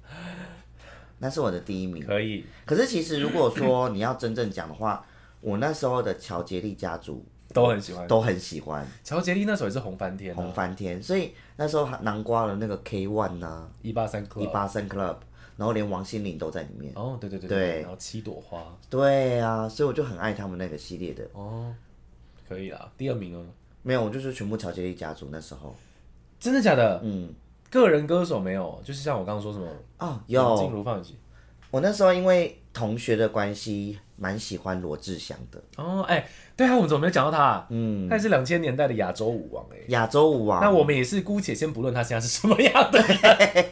B: 那是我的第一名。
A: 可以
B: 可是其实如果说你要真正讲的话，我那时候的乔杰利家族
A: 都很喜欢。
B: 都很喜欢，
A: 乔杰利那首也是红翻天、
B: 红
A: 啊，
B: 翻天，所以那时候还南瓜的那个 K One 呐、
A: 一八三 club，
B: 一八三 Club，然后连王心凌都在里面。
A: 哦，对对对
B: 对
A: 然后七朵花，
B: 对啊，所以我就很爱他们那个系列的。
A: 哦，可以啦，第二名哦，
B: 没有，我就是全部乔杰利家族那时候。
A: 真的假的？
B: 嗯，
A: 个人歌手没有，就是像我刚刚说什么，
B: 哦，
A: 静
B: 有，
A: 茹放弃，
B: 我那时候因为同学的关系，蛮喜欢罗志祥的。
A: 哦，哎、对啊，我们怎么没有讲到他、啊？
B: 嗯，啊
A: 他也是两千年代的亚洲舞王哎、
B: 亚洲舞王。
A: 那我们也是姑且先不论他现在是什么样的人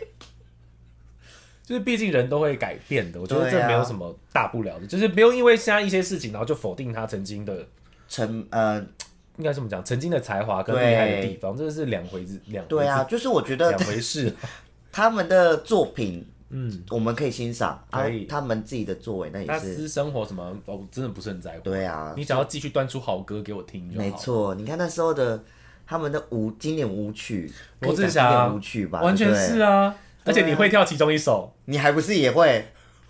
A: 就是毕竟人都会改变的，我觉得
B: 对
A: 这
B: 啊
A: 没有什么大不了的，就是不用因为现在一些事情，然后就否定他曾经的
B: 陈呃，
A: 应该这么讲，曾经的才华跟厉害的地方，这是两回事，两回
B: 对啊，就是我觉得
A: 两回 事。
B: 他们的作品，嗯，我们可以欣赏啊
A: 可以，
B: 他们自己的作为那
A: 他
B: 也是。
A: 私生活什么，我真的不是很在乎。
B: 对啊，
A: 你只要继续端出好歌给我听就好。
B: 没，错，你看那时候的他们的舞经典舞曲，
A: 罗
B: 可以
A: 志
B: 讲经典
A: 祥
B: 舞曲吧，
A: 完全
B: 对不对
A: 是啊，而
B: 对啊
A: 且你会跳其中一首，
B: 你还不是也会？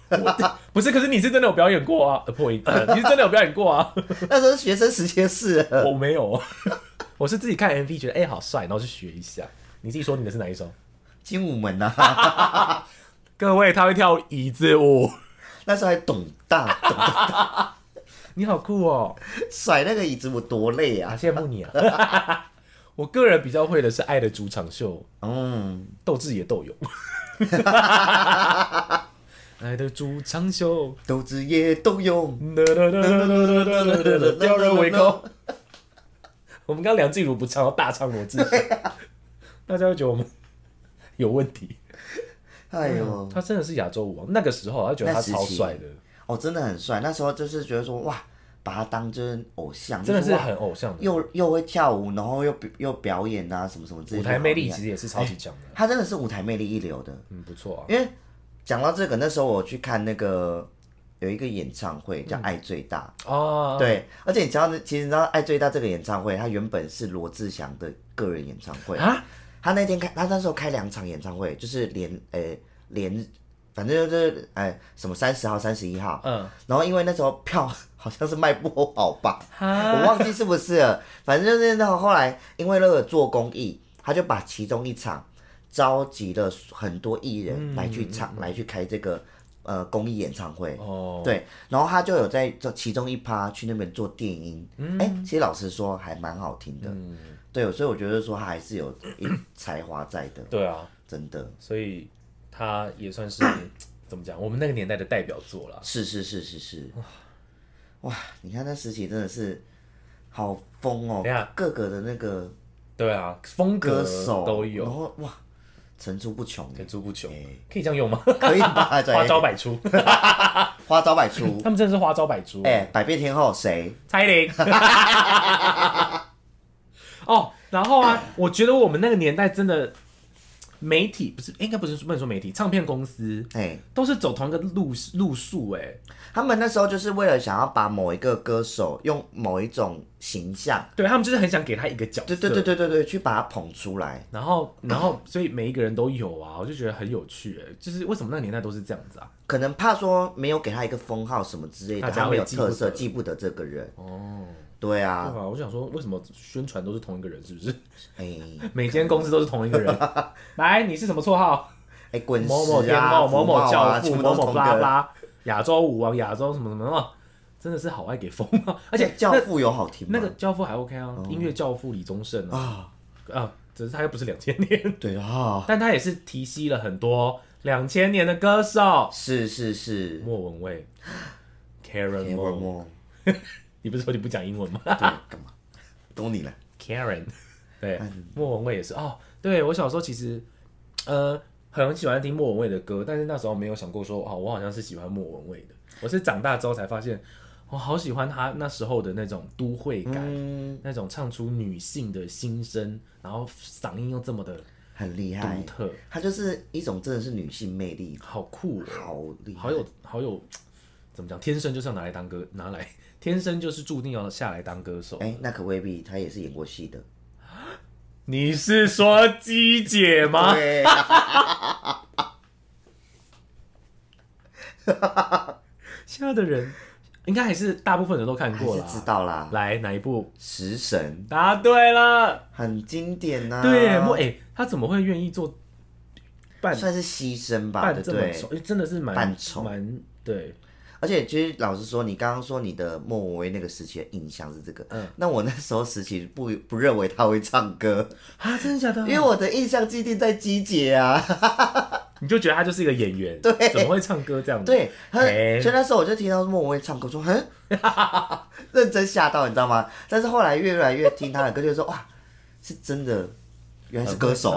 A: 不是？可是你是真的有表演过啊，呃破音，呃你是真的有表演过啊，
B: 那时候是学生时期的事了，
A: 我没有， 我是自己看 MV 觉得哎、好帅，然后去学一下。你自己说你的是哪一首？
B: 精武门啊，
A: 各位，他会跳椅子舞，
B: 那时候还懂大懂
A: 你好酷哦，
B: 甩那个椅子，我多累
A: 啊，
B: 啊！
A: 羡慕你啊。 我个人比较会的是《爱的主场秀》。
B: 嗯，
A: 斗智也斗勇。爱的主场秀，
B: 斗智也斗勇，
A: 哒哒哒哒哒哒哒哒吊人胃口。 我们刚刚梁静茹不唱，要大唱罗志祥，
B: 啊
A: 大家会觉得我们有问题。
B: 哎呦，
A: 他真的是亚洲舞王，那个时候啊他觉得他超帅的，
B: 哦，真的很帅。那时候就是觉得说，哇，把他当就是偶像，
A: 真的
B: 就是哇
A: 很偶像的。
B: 又又会跳舞，然后又表又表演啊什么什么之类
A: 舞
B: 的，
A: 台魅力
B: 好
A: 其实
B: 厉害
A: 也是超级强的，
B: 他真的是舞台魅力一流的。
A: 嗯，不错啊。
B: 因为讲到这个，那时候我去看那个有一个演唱会叫《爱最大》，
A: 啊，
B: 对，而且你知道，其实你知道《爱最大》这个演唱会，它原本是罗志祥的个人演唱会
A: 啊。
B: 他那天开，他那时候开两场演唱会，就是连呃连，反正就是呃什么三十号、三十一号，
A: 嗯，
B: 然后因为那时候票 好像是卖不好吧，
A: 哈，
B: 我忘记是不是了，反正就是那种后来因为那个做公益，他就把其中一场召集了很多艺人来去
A: 嗯
B: 唱，来去开这个呃公益演唱会。
A: 哦，
B: 对，然后他就有在做其中一趴去那边做电音，
A: 嗯
B: 哎、其实老实说还蛮好听的，对，所以我觉得说他还是有一才华在的，
A: 对啊，
B: 真的
A: 所以他也算 是怎么讲，我们那个年代的代表作啦。
B: 是是是是是，哇，你看那时期真的是好疯哦
A: 等一下，
B: 各个的那个
A: 对啊，风格
B: 歌手
A: 都
B: 然
A: 有，
B: 后哇，层出不穷，
A: 层出不穷
B: 哎，
A: 可以这样用吗？
B: 可以吧？对
A: 花招百出，
B: 花招百出，
A: 他们真的是花招百出。
B: 哎、百变天后谁？
A: 蔡依 林。哦，然后啊，我觉得我们那个年代真的媒体不是，应该不是不能说媒体，唱片公司
B: 哎、
A: 都是走同一个路路数哎、
B: 他们那时候就是为了想要把某一个歌手用某一种形象，
A: 对他们就是很想给他一个角色，
B: 对对对。对对对，去把它捧出来。
A: 然后，然后，所以每一个人都有啊，我就觉得很有趣、哎，就是为什么那个年代都是这样子啊？
B: 可能怕说没有给他一个封号什么之类
A: 大
B: 的，
A: 家
B: 他没有
A: 会记不
B: 特色，
A: 得
B: 记不得这个人。
A: 哦，
B: 对
A: 对
B: 啊，
A: 啊，我想说，为什么宣传都是同一个人？是不是
B: 哎、
A: 每间公司都是同一个人？ 来，你是什么绰号？
B: 哎，滚
A: 某某
B: 石
A: 天
B: 啊，
A: 某某
B: 福茂
A: 某
B: 啊
A: 教
B: 全
A: 父，
B: 部
A: 某
B: 都是
A: 某
B: 同
A: 布拉
B: 个
A: 布
B: 人。
A: 拉，亚洲舞王，亚洲什么什么啊，真的是好爱给风 啊！而
B: 而
A: 且
B: 且教
A: 那
B: 父有好听吗？
A: 那个教父还 OK 啊，音乐教父李宗盛啊
B: 啊，
A: 啊，只是他又不是两千年，
B: 对啊，
A: 但他也是提携了很多两千年的歌手，
B: 是是是，
A: 莫文蔚、Karen
B: 田文
A: Mo，
B: 墨，
A: 你不是说你不讲英文吗
B: 对，干嘛？懂你了。
A: ？Karen，对，
B: 嗯
A: 莫文蔚也是哦。对我小时候其实，呃，很喜欢听莫文蔚的歌，但是那时候没有想过说，哦，我好像是喜欢莫文蔚的。我是长大之后才发现，我好喜欢他那时候的那种都会感，
B: 嗯，
A: 那种唱出女性的心声，然后嗓音又这么的
B: 很厉害
A: 独， 特，
B: 她就是一种真的是女性魅力，
A: 好酷、哦，
B: 好厉害，
A: 好有好有，怎么讲？天生就是要拿来当歌，拿来天生就是注定要下来当歌手。
B: 哎、那可未必，她也是演过 戏的。
A: 你是说鸡姐吗？
B: 对，
A: 现在的人应该还是大部分人都看
B: 还
A: 过
B: 是
A: 了。
B: 知道啦，
A: 来哪一部？
B: 食神
A: 答对了，
B: 很经典呐、
A: 对莫哎、他怎么会愿意做扮
B: 算是牺牲吧，
A: 扮
B: 对
A: 这
B: 不
A: 么
B: 对
A: 丑？？哎真的是蛮
B: 扮丑
A: 蛮对。
B: 而且其实老实说，你刚刚说你的莫文蔚那个时期的印象是这个，嗯，那我那时候时期不不认为她会唱歌，
A: 啊，真的假的？
B: 因为我的印象基地在鸡姐啊，
A: 你就觉得他就是一个演员，
B: 对
A: 怎么会唱歌这样子？，
B: 对，他
A: 哎
B: 所以那时候我就听到莫文蔚唱歌，我说嗯， 认真吓到，你知道吗？但是后来越来越听他的歌，就说哇，是真的，原来是歌手。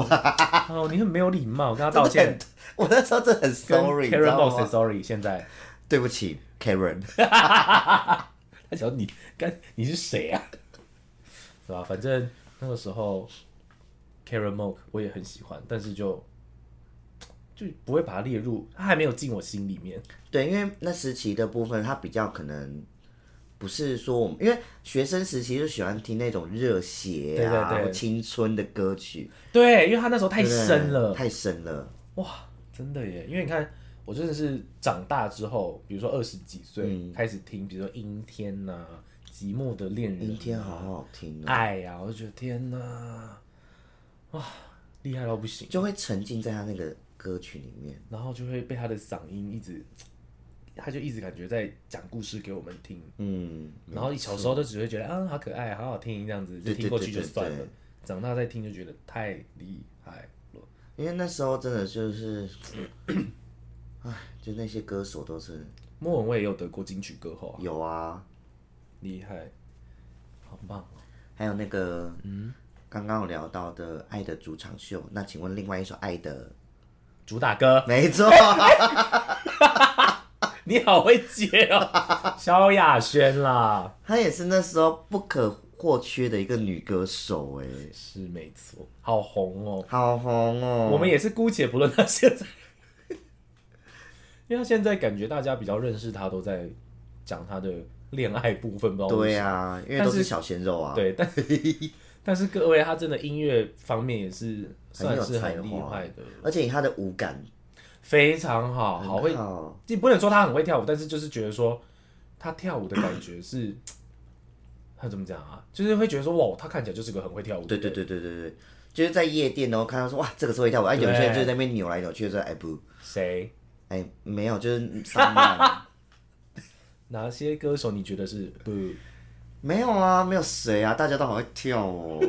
A: 哦，你很没有礼貌，跟他道歉。
B: 我那时候真的很
A: 跟
B: sorry，你知
A: Karen
B: 道
A: Box 也
B: 吗？
A: sorry，现在
B: 对不起，Karen。
A: 他想你干你是谁啊？对吧？反正那个时候 Karen Mock 我也很喜欢，但是就就不会把它列入，他还没有进我心里面。
B: 对，因为那时期的部分，他比较可能不是说我们，因为学生时期就喜欢听那种热血啊、
A: 对对对
B: 青春的歌曲，
A: 对，因为他那时候太
B: 对不对
A: 深了，
B: 太深了。
A: 哇，真的耶！因为你看，我真的是长大之后，比如说二十几岁、
B: 嗯
A: 开始听，比如说《阴天》呐，《寂寞的恋人》、
B: 阴天好好听哦，
A: 爱呀、啊，我就觉得天哪，哇，厉害到不行。
B: 就会沉浸在他那个歌曲里面。
A: 然后就会被他的嗓音一直，他就一直感觉在讲故事给我们听。
B: 嗯，
A: 然后小时候就只会觉得啊，好可爱，好好听这样子，就
B: 对对
A: 听过去就算
B: 对对
A: 了。长大再听就觉得太厉害了。
B: 因为那时候真的就是，唉，就那些歌手都是
A: 莫文蔚也有得过金曲歌后啊，
B: 有啊，
A: 厉害，好棒哦！
B: 还有那个，嗯，刚刚有聊到的《爱的主场秀》，那请问另外一首《爱的
A: 主打歌》，
B: 没错，
A: 你好会接哦，萧亚轩啦，
B: 她也是那时候不可或缺的一个女歌手哎、
A: 是没错，好红哦。
B: 好红哦。
A: 我们也是姑且不论他现在， 因为他现在感觉大家比较认识他都在讲他的恋爱部分，不知道为
B: 对
A: 什么
B: 啊，因为
A: 但
B: 都是
A: 是
B: 小鲜肉啊。
A: 对，但 但是各位他真的音乐方面也是算是很厉害的，
B: 而且她的舞感
A: 非常好，好会
B: 很，好
A: 你不能说他很会跳舞，但是就是觉得说他跳舞的感觉是。他怎么讲啊？就是会觉得说，哇，他看起来就是个很会跳舞的
B: 对
A: 人。
B: 对对对对对，就是在夜店然后看到说哇这个是会跳舞，哎、有些人就在那边扭来扭去，就说哎不，
A: 谁？
B: 哎没有，就是 上班
A: 哪些歌手你觉得是不？
B: 没有啊，没有谁啊，大家都好会跳 哦。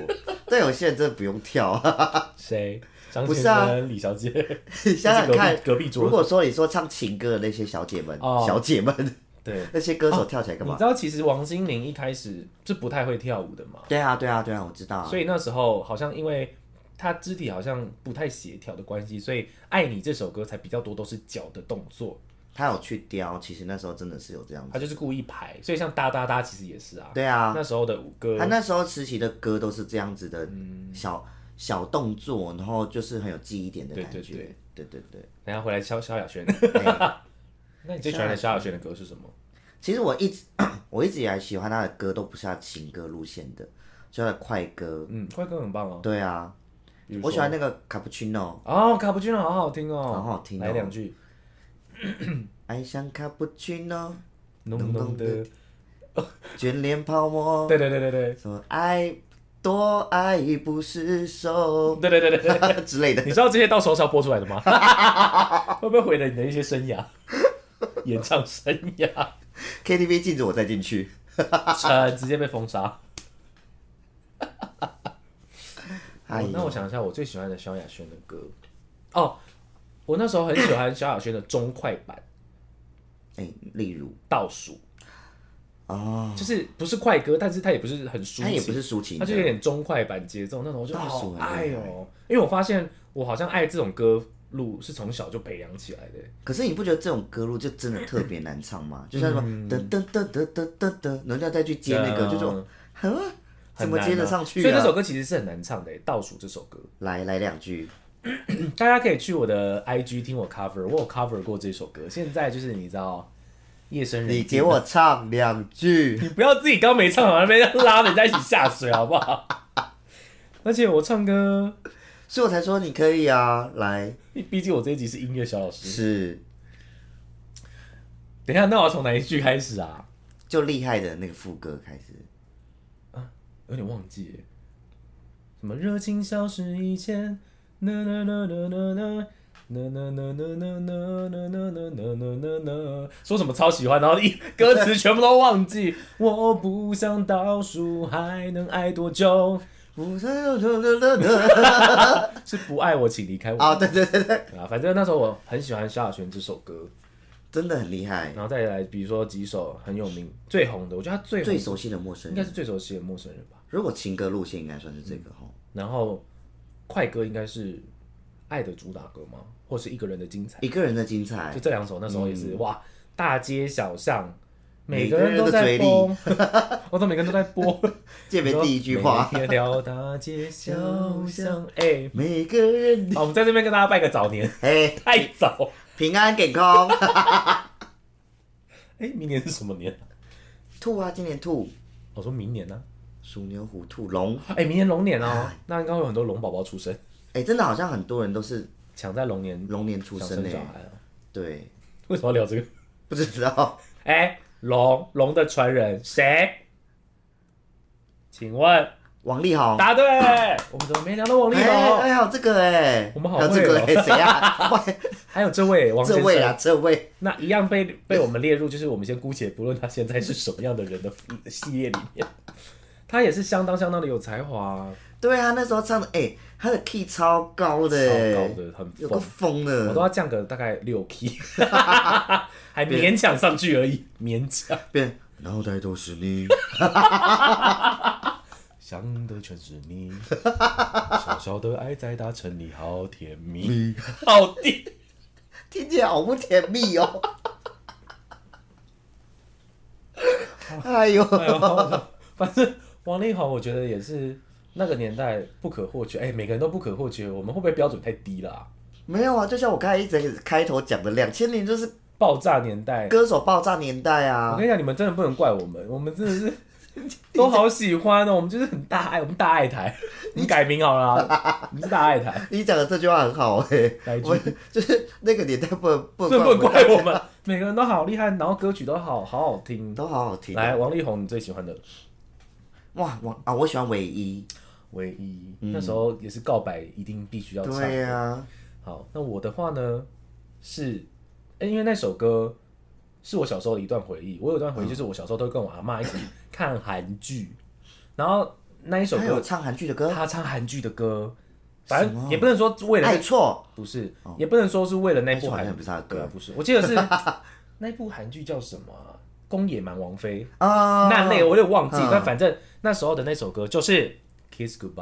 B: 但有些人真的不用跳啊，
A: 谁？张
B: 不
A: 先
B: 是啊
A: 生、李小姐。
B: 想想看
A: 隔壁隔壁桌
B: 如果说你说唱情歌的那些小姐们、
A: 哦
B: 小姐们，
A: 对，
B: 那些歌手跳起来干
A: 你
B: 嘛？
A: 知道其实王心凌一开始是不太会跳舞的嘛，
B: 对啊，对啊，对啊，我知道啊。
A: 嗯所以那时候好像因为她肢体好像不太协调的关系，所以《爱你》这首歌才比较多都是脚的动作，
B: 他有去雕，其实那时候真的是有这样子。
A: 她就是故意排。所以像哒哒哒其实也是啊，
B: 对啊，
A: 那时候的舞歌
B: 他那时候时期的歌都是这样子的
A: 嗯
B: 小小动作，然后就是很有记忆点的
A: 对
B: 感
A: 对
B: 觉。对对对。
A: 等一下回来萧萧亚轩，
B: 哎
A: 那你最喜欢的萧亚轩的歌是什么？
B: 其实我一直 我一直以来喜欢他的歌都不是他情歌路线的，就他的快歌。
A: 嗯，快歌很棒哦，
B: 对啊，
A: 比如
B: 我
A: 说
B: 喜欢那个 cappuccino，
A: 哦，卡布奇诺好好听哦，
B: 好好听哦
A: 来两句，
B: 爱上 cappuccino，
A: 浓浓的，
B: 卷帘泡沫，
A: 对对对对对，
B: 什么爱多爱不释手
A: 对对对对对。
B: 之类的
A: 你。知道这些到时候是要播出来 的吗？会不会毁了你的一些生涯？演唱生 涯，
B: KTV 禁止我再进去。
A: 呃，直接被封杀。
B: 哎
A: 哦
B: 呦
A: 那我想一下，我最喜欢的萧亚轩的歌，哦，我那时候很喜欢萧亚轩的中快板
B: 哎，例如
A: 倒数，
B: 哦，
A: 就是不是快歌，但是它也不是很抒
B: 他也不
A: 情，
B: 是抒情
A: 它
B: 的
A: 就有点中快板节奏那种，我就
B: 倒
A: 好
B: 数哎很
A: 爱
B: 厉害
A: 哦，因为我发现我好像爱这种歌路是从小就培养起来的。
B: 可是你不觉得这种歌路就真的特别难唱
A: 嗯
B: 吗？就像什么噔噔噔噔噔噔噔，人家再去接那个，
A: 嗯
B: 就说啊，怎
A: 很
B: 么
A: 难
B: 接得
A: 啊
B: 上去、啊？
A: 所以这首歌其实是很难唱的，欸倒数这首歌。
B: 来来两句，
A: 大家可以去我的 IG 听我 cover，我有 cover 过这首歌。现在就是你知道，夜深人静
B: 你给，我唱两句。
A: 你不要自己刚没唱好，那边拉人家一起下水，好不好？ 而且我唱歌，
B: 所以我才说你可以啊，来
A: 毕竟我这一集是音乐小老师。
B: 是
A: 等一下，那我要从哪一句开始啊？
B: 就厉害的那个副歌开 始，
A: 有点忘记耶。什么热情消失以前，呐呐呐呐呐呐。呐呐呐呐呐呐呐呐呐呐呐呐，说什么超喜欢，然后一歌词全部都忘记。我不想倒数还能爱多久，
B: 不是啊，
A: 是不爱我请离开我
B: 哦对对对对，
A: 啊！反正那时候我很喜欢萧亚轩这首歌，
B: 真的很厉害。
A: 然后再来比如说几首很有名、最红的，我觉得他最红
B: 最熟悉的陌生
A: 应该
B: 人，
A: 是最熟悉的《陌生人》吧。
B: 如果情歌路线应该算是这个吼，
A: 然后快歌应该是《爱的主打歌》吗？或是一个人的精彩？
B: 一个人的精彩
A: 就，这两首那时候也是、哇，大街小巷每
B: 每
A: 个
B: 个人
A: 人都
B: 的
A: 在
B: 嘴里
A: 播， 我怎么每个人都在播？
B: 这边第一句话，
A: 每天聊大街小巷，哎、
B: 每个人，
A: 好，我们在这边跟大家拜个早年，
B: 哎，
A: 太早，
B: 平安健康。
A: 哎、明年是什么年？
B: 兔啊，今年兔，
A: 我说明年呢、
B: 鼠牛虎兔龙，
A: 哎、明年龙年哦、那应该会有很多龙宝宝出生，
B: 哎、真的好像很多人都是
A: 抢在龙年
B: 龙年出
A: 想
B: 生欸
A: 生
B: 嘞、
A: 小孩了。
B: 对，
A: 为什么要聊这个？
B: 不知道
A: 哎、龙龙的传人谁？请问
B: 王力宏，
A: 答对，我们怎么没聊到王力宏？
B: 哎哎呀，这个哎、
A: 我们好
B: 还有这
A: 会哦
B: 个哎、谁 啊？哇
A: 还有这位王先
B: 这
A: 生，
B: 位啊，这位，
A: 那一样被被我们列入，就是我们先姑且不论他现在是什么样的人的系列里面，他也是相当相当的有才华，
B: 对啊，那时候唱的，哎、他的 key 超高的、
A: 超
B: 哎
A: 高的，很
B: 有个
A: 疯，
B: 疯
A: 我都
B: 的，
A: 要降个大概六 key，还勉强上去而已，勉强。
B: 变脑袋都是你，
A: 想的全是 你，小小的爱在大城里好甜蜜，好甜。
B: 听起来好不甜蜜哦。哎呦，
A: 哎呦，反正王力宏，我觉得也是那个年代不可或缺。哎、每个人都不可或缺，我们会不会标准太低了、啊？
B: 没有啊，就像我刚才一直开头讲的，两千年就是
A: 爆炸年代，
B: 歌手爆炸年代
A: 我
B: 啊。
A: 跟你讲，你们真的不能怪我们，我们真的 是都好喜欢哦，我们就是很大爱，我们大爱台，你改名好了啊，你是大爱台，
B: 你讲的这句话很好哎、
A: 哪一句
B: 我就是那个年代不能不
A: 这
B: 能
A: 不能
B: 怪我
A: 怪我们，每个人都好厉害，然后歌曲都好好好听
B: 们，。都好好听。啊
A: 来，王力宏，你最喜欢的
B: 哇，我啊，我喜欢唯一。
A: 唯一，那时候也是告白，一定必须要唱。
B: 嗯对呀、啊，
A: 好，那我的话呢是、欸，因为那首歌是我小时候的一段回忆。我有一段
B: 嗯
A: 回忆就是我小时候都跟我阿妈一起看韩剧，然后那一首
B: 他有
A: 歌哎
B: 唱韩剧的歌，
A: 他唱韩剧的歌，反
B: 什么
A: 正也不能说为了
B: 爱
A: 那
B: 错
A: 不是，也不能说是为了那
B: 爱
A: 部
B: 错好
A: 韩
B: 像也不是他的
A: 对啊
B: 歌，
A: 不是，我记得 是那部韩剧叫什么啊、宫野蛮王妃》
B: 啊，
A: 那类我有点忘记，
B: 嗯
A: 但反正那时候的那首歌就是《Kiss Goodbye》。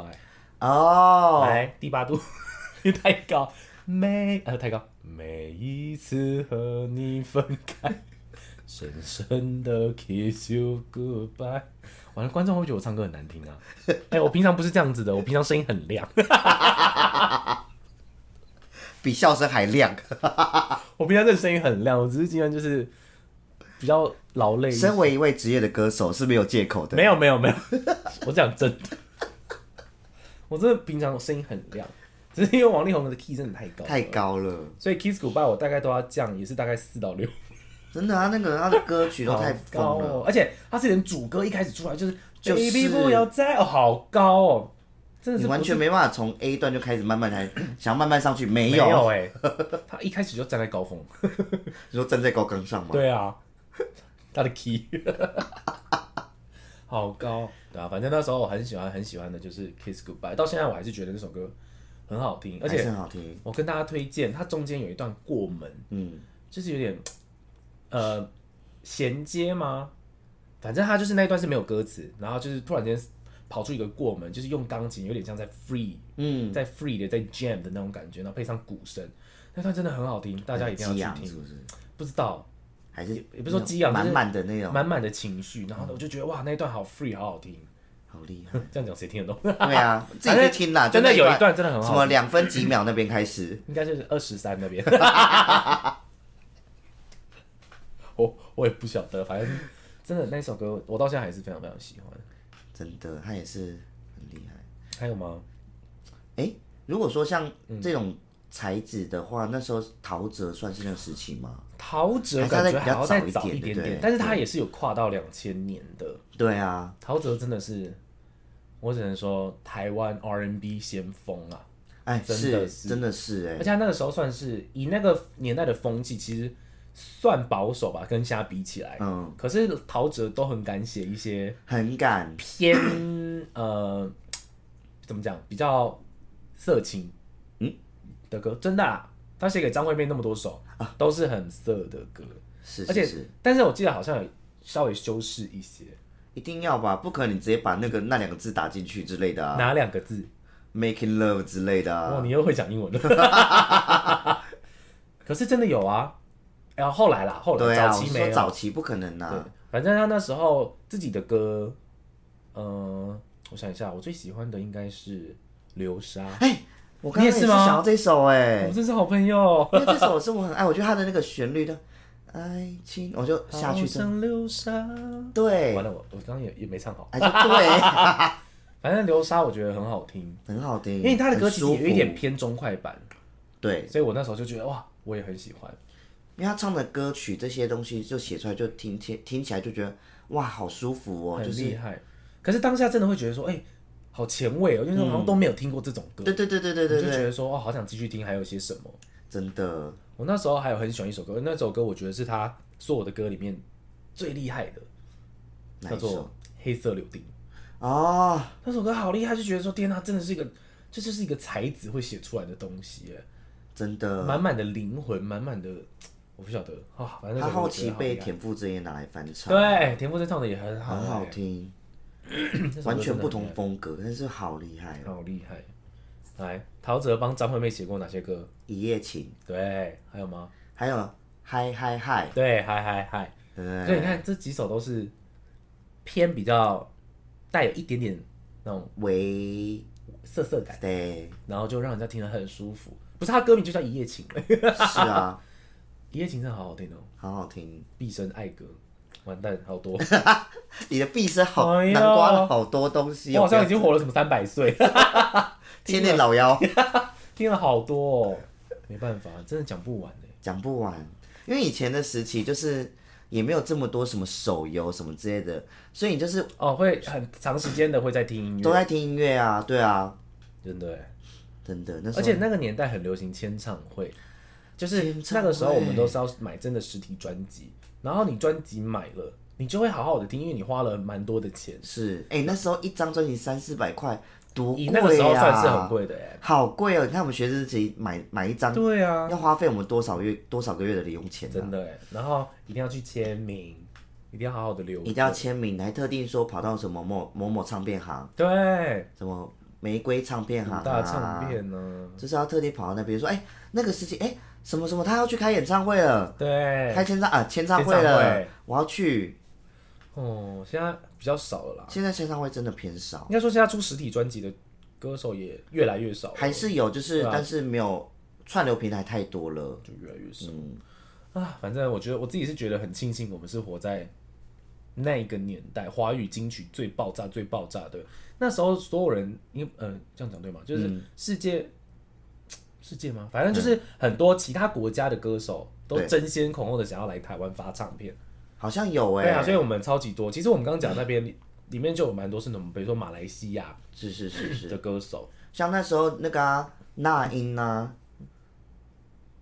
B: 哦，
A: 来第八度， 你太高，每呃太高，每一次和你分开，深深的 kiss you goodbye。完了，观众会觉得我唱歌很难听 啊！哎、我平常不是这样子的，我平常声音很亮，
B: 比笑声还 亮。
A: 我平常这声音很亮，我只是今天就是比较劳累一些。
B: 身为一位职业的歌手是没有借口的，
A: 没有没有 没有，我讲真的，我真的平常声音很亮，只是因为王力宏的 key 真的太高，
B: 太，高了，
A: 所以 kiss goodbye 我大概都要降，也是大概四到六。
B: 真的啊，那个他的歌曲都
A: 好
B: 太
A: 高
B: 疯了。
A: 哦，而且他是连主歌一开始出来就是
B: 就是
A: Baby 不要再哦，好高哦，真的
B: 你
A: 是
B: 完全
A: 不是
B: 没办法从 A 段就开始慢慢来， 想要慢慢上去，没
A: 没
B: 有，
A: 有哎， 他一开始就站在高 峰，
B: 你说站在高岗上吗？
A: 对啊，他的 key 好高，对啊，反正那时候我很喜欢很喜欢的就是 Kiss Goodbye，到现在我还是觉得那首歌很好听，而
B: 还是
A: 且
B: 很好听。
A: 我跟大家推荐，它中间有一段过门，
B: 嗯，
A: 就是有点呃衔接吗？反正他就是那一段是没有歌词，然后就是突然间跑出一个过门，就是用钢琴，有点像在 free，
B: 嗯，
A: 在 free 的在 jam 的那种感觉，然后配上鼓声，那段真的很好听，大家一定
B: 激
A: 要
B: 昂
A: 去
B: 是
A: 听。
B: 不是？
A: 不知道
B: 还是
A: 也不是说激昂
B: 满
A: 就是
B: 满的那种，
A: 满满的情绪，然后呢我就觉得哇，那一段好 free，好好听。
B: 好厉害。
A: 这样讲谁听得懂？
B: 对啊，自己去听啦，
A: 真的
B: 就那
A: 有一段真的很好
B: 什么两分几秒那边开始，
A: 应该就是二十三那边。 我我也不晓得，反正真的那首歌我到现在还是非常非常喜欢。
B: 真的，他也是很厉害。
A: 还有吗？
B: 哎，如果说像
A: 嗯
B: 这种材质的话，那时候陶喆算是那个时期吗？
A: 陶
B: 哎
A: 喆感觉还要再早
B: 还是要再早一点
A: 点
B: 对不对
A: 但是他也是有跨到两千年的。
B: 对啊，
A: 陶喆真的是，我只能说台湾 R&B 先锋啊！
B: 哎，
A: 真的
B: 是真的是哎
A: 而且，他那个时候算是以那个年代的风气，其实算保守吧，跟现在比起来。
B: 嗯，
A: 可是陶喆都很敢写一些
B: 很敢，
A: 偏 呃，怎么讲，比较色情
B: 嗯
A: 的歌，真的、啊。他写给张惠妹那么多首，
B: 啊
A: 都是很色的歌。
B: 是
A: 而且
B: 是是，
A: 但是我记得好像有稍微修饰一些，
B: 一定要吧，不可能你直接把那个那两个字打进去之类的啊
A: 哪两个字？
B: ，making love 之类的
A: 哦，
B: 啊，
A: 你又会讲英文了。 可是真的有啊，然、后后来啦，后来
B: 对啊，
A: 早
B: 我
A: 期
B: 是
A: 没
B: 说
A: 有。
B: 早期不可能
A: 对
B: 啊，，
A: 反正他那时候自己的歌，呃，我想一下，我最喜欢的应该是《流沙》
B: 哎，我刚刚
A: 你也
B: 也
A: 是
B: 是
A: 吗
B: 想要这首哎
A: 我，真是好朋友。
B: 因为这首是我很爱，我觉得它的那个旋律的爱情，我就下去
A: 好
B: 真的
A: 像流沙。
B: 对，
A: 完了，我我刚刚也也没唱好。
B: 哎就 对，
A: 反正《流沙》我觉得很好听，
B: 很好听，
A: 因为他的歌其实
B: 嗯很
A: 有
B: 舒服
A: 一点偏中快板，
B: 对，
A: 所以我那时候就觉得哇，我也很喜欢。
B: 因为他唱的歌曲这些东西就写出来就听听听起来就觉得哇好舒服哦，
A: 很
B: 就是
A: 厉害。可是当下真的会觉得说，哎、好前卫哦，因为好像都没有听过这种歌，
B: 嗯对对对对对对
A: 你就觉
B: 对，
A: 得说，哦，好想继续听，还有些什么？
B: 真的
A: 我那时候还有很喜欢一首歌，那首歌我觉得是他所有的歌里面最厉害的，
B: 哪
A: 叫
B: 一
A: 做
B: 首
A: 《黑色柳丁》。
B: 哦，
A: 那首歌好厉害，就觉得说，天哪，真的是一个，这就是一个才子会写出来的东西，哎
B: 真的，
A: 满满的灵魂，满满的，我不晓得啊、反正那
B: 他
A: 首歌
B: 后
A: 我觉
B: 期
A: 得好厉
B: 被
A: 害
B: 田馥甄也拿来翻唱，，
A: 对啊田馥甄唱的也很好，
B: 很好
A: 哎，
B: 听，
A: 那首歌
B: 完全
A: 真的很厉
B: 不同
A: 害
B: 风格，但是好厉害哦，
A: 好厉害。来，陶喆帮张惠妹写过哪些歌？
B: 一夜情，
A: 对，还有吗？
B: 还有嗨嗨嗨，
A: 对，嗨嗨嗨。
B: 对不
A: 所以
B: 对？
A: 你看这几首都是偏比较带有一点点那种
B: 喂，
A: 涩涩感，
B: 对，
A: 然后就让人家听得很舒服。不是他歌名就叫《一夜情》，《
B: 是 啊，
A: 一夜情》真的好好听哦，
B: 好好听。
A: 毕生爱歌。完蛋，好多！
B: 你的毕生好
A: 哎呦
B: 南瓜了好多东西
A: 我
B: 哦，
A: 好像已经活了什么三百岁，
B: 天天老妖
A: 听了好多哦，没办法，真的讲不完哎。
B: 讲不完，因为以前的时期就是也没有这么多什么手游什么之类的，所以你就是
A: 哦，会很长时间的会在听音
B: 都
A: 乐，
B: 在听音乐啊，对啊，
A: 真的哎。
B: 真的那时
A: 而
B: 候
A: 且那个年代很流行签唱会，就是
B: 签唱
A: 那
B: 会
A: 个时候我们都是要买真的实体专辑，然后你专辑买了，你就会好好的听，因为你花了蛮多的钱，
B: 是哎、那时候一张专辑三四百块，多贵
A: 以
B: 啊！
A: 那个时候算是很贵的哎、
B: 好贵哦！你看我们学生自己买买一张，
A: 对啊，
B: 要花费我们多少月多少个月的零用钱、啊，
A: 真的哎、然后一定要去签名，一定要好好的留
B: 一定要签名，你还特地说跑到什么某某某唱片行，
A: 对
B: 什么玫瑰唱片
A: 五
B: 行、啊、
A: 大唱片呢、
B: 就是要特地跑到那边说，哎、那个时期，哎、什么什么，他要去开演唱会了，
A: 对，
B: 开签唱啊签唱会
A: 哎签唱
B: 了
A: 会，
B: 我要去。
A: 哦，现在比较少了啦，
B: 现在签唱会真的偏少，
A: 应该说现在出实体专辑的歌手也越来越少了，
B: 还是有，就是、
A: 对啊
B: 但是没有串流平台太多了。
A: 就越来越少。
B: 嗯，
A: 啊，反正我觉得我自己是觉得很庆幸，我们是活在那一个年代，华语金曲最爆炸、最爆炸的那时候，所有人，因呃，这样讲对吗？就是
B: 嗯
A: 世界、世界吗？反正就是很多其他国家的歌手都
B: 对
A: 争先恐后的想要来台湾发唱片，
B: 好像有哎、
A: 对啊，所以我们超级多。其实我们刚刚讲那边里面就有蛮多是那种，比如说马来西亚
B: 是是是是，
A: 的歌手，
B: 像那时候那个啊那英啊，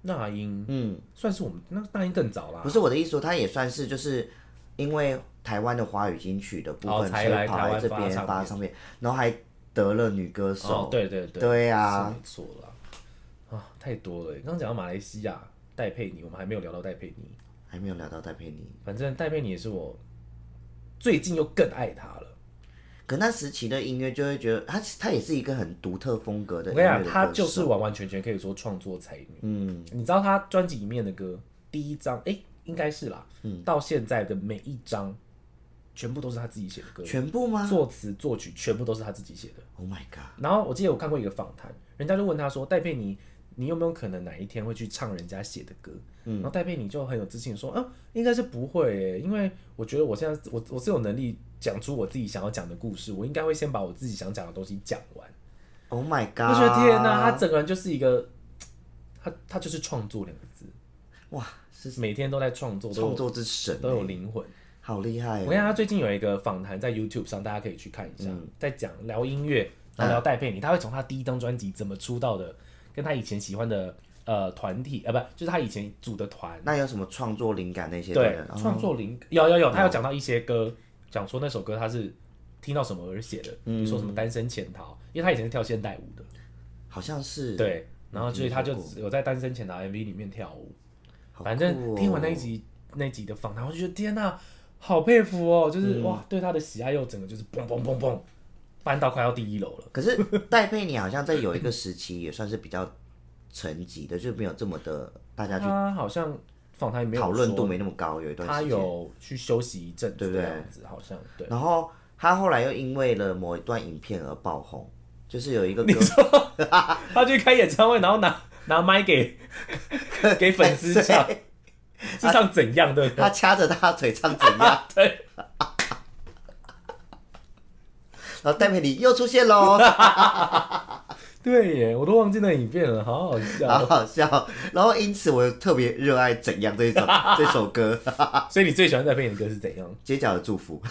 A: 那英
B: 嗯，
A: 算是我们那那英更早啦
B: 不，是我的意思说，他也算是就是因为台湾的华语金曲的部
A: 哦
B: 分，所
A: 才
B: 以
A: 来
B: 跑
A: 台
B: 来
A: 湾
B: 这
A: 发
B: 边
A: 唱
B: 发
A: 片
B: 唱片，然后还得了女歌手，
A: 哦，对对对，
B: 对啊
A: 是没错啦，啊，太多了耶。刚刚讲到马来西亚戴佩妮，我们还没有聊到戴佩妮。
B: 还没有聊到戴佩妮。
A: 反正戴佩妮也是我最近又更爱她了。
B: 可那时期的音乐就会觉得，他他也是一个很独特风格的
A: 我
B: 音
A: 跟你
B: 乐
A: 讲，
B: 的歌
A: 她
B: 手
A: 就是完完全全可以说创作才女。
B: 嗯，
A: 你知道她专辑里面的歌，第一张哎、应该是啦，
B: 嗯
A: 到现在的每一张全部都是她自己写的歌，
B: 全部吗
A: 作词作曲全部都是她自己写的。
B: ？Oh my god！
A: 然后我记得我看过一个访谈，人家就问他说：“戴佩妮，你有没有可能哪一天会去唱人家写的歌？”
B: 嗯
A: 然后戴佩妮就很有自信地说：“啊，应该是不会耶，因为我觉得我现在我我是有能力讲出我自己想要讲的故事，我应该会先把我自己想讲的东西讲完。
B: Oh my
A: 我
B: god！
A: 觉得天哪，他整个人就是一个，他他就是创作两个字，
B: 哇，是
A: 每天都在创作，都
B: 创
A: 有
B: 作之神
A: 都有
B: 欸，
A: 灵魂。
B: 好厉害
A: 我
B: 哦！
A: 跟他最近有一个访谈在 YouTube 上，大家可以去看一下，
B: 嗯
A: 在讲聊音乐，然后聊戴佩妮，他会从他第一张专辑怎么出道的，跟他以前喜欢的呃团体啊，呃不就是他以前组的团，
B: 那有什么创作灵感那些的
A: 对
B: 人？，哦
A: 创作灵有有有，他有讲到一些歌，讲说那首歌他是听到什么而写的，比
B: 嗯
A: 如说什么单身潜逃，因为他以前是跳现代舞的，
B: 好像是，
A: 对，然后所以他就
B: 嗯听
A: 有在单身潜逃 MV 里面跳舞，
B: 好
A: 反正
B: 酷哦
A: 听完那一集那集的访谈，我就觉得天呐，好佩服哦！
B: 嗯
A: 就是、哇，对他的喜爱又整个就是砰砰砰砰，搬到快要第一楼了。
B: 可是戴佩妮好像在有一个时期也算是比较沉寂的，就没有这么的大家去
A: 他好像访谈也嗯没有
B: 讨论度
A: 说
B: 没那么高，有一段
A: 他
B: 时间。
A: 有去休息一阵
B: 对
A: 子
B: 不
A: 的
B: 对
A: 样子，好像对。
B: 然后他后来又因为了某一段影片而爆红，就是有 一个歌
A: 他去开演唱会，然后拿拿麦 给给粉丝唱，是唱怎样的？
B: 他掐着他腿唱怎样？
A: 对，
B: 然后戴佩妮又出现喽，
A: 对耶，我都忘记那影片了，好好笑
B: 好
A: 哦。
B: 好笑。然后因此我又特别热爱怎样这一首 这首歌，
A: 哦所以你最喜欢戴佩妮的歌是怎样？
B: 街角的祝福。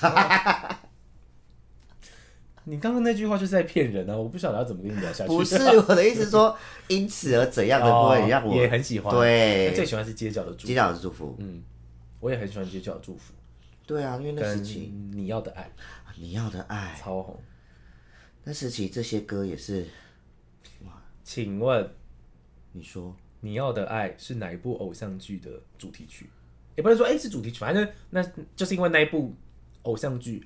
A: 你刚刚那句话就是在骗人啊！我不晓得要怎么跟你聊下去。
B: 不是啊我的意思说，因此而怎样的
A: 哦
B: 歌也让我
A: 也很喜欢
B: 对
A: 我，最喜欢是街角的祝
B: 街
A: 福，
B: 角的祝福。
A: 嗯我也很喜欢街角的祝福，
B: 对啊，因为那时
A: 跟
B: 期
A: 你要的爱
B: 你要的爱，
A: 超红。
B: 那时期这些歌也是
A: 请问
B: 你说
A: 你要的爱是哪一部偶像剧的主题曲？也不能说哎、诶是主题曲，反正那就是因为那一部偶像剧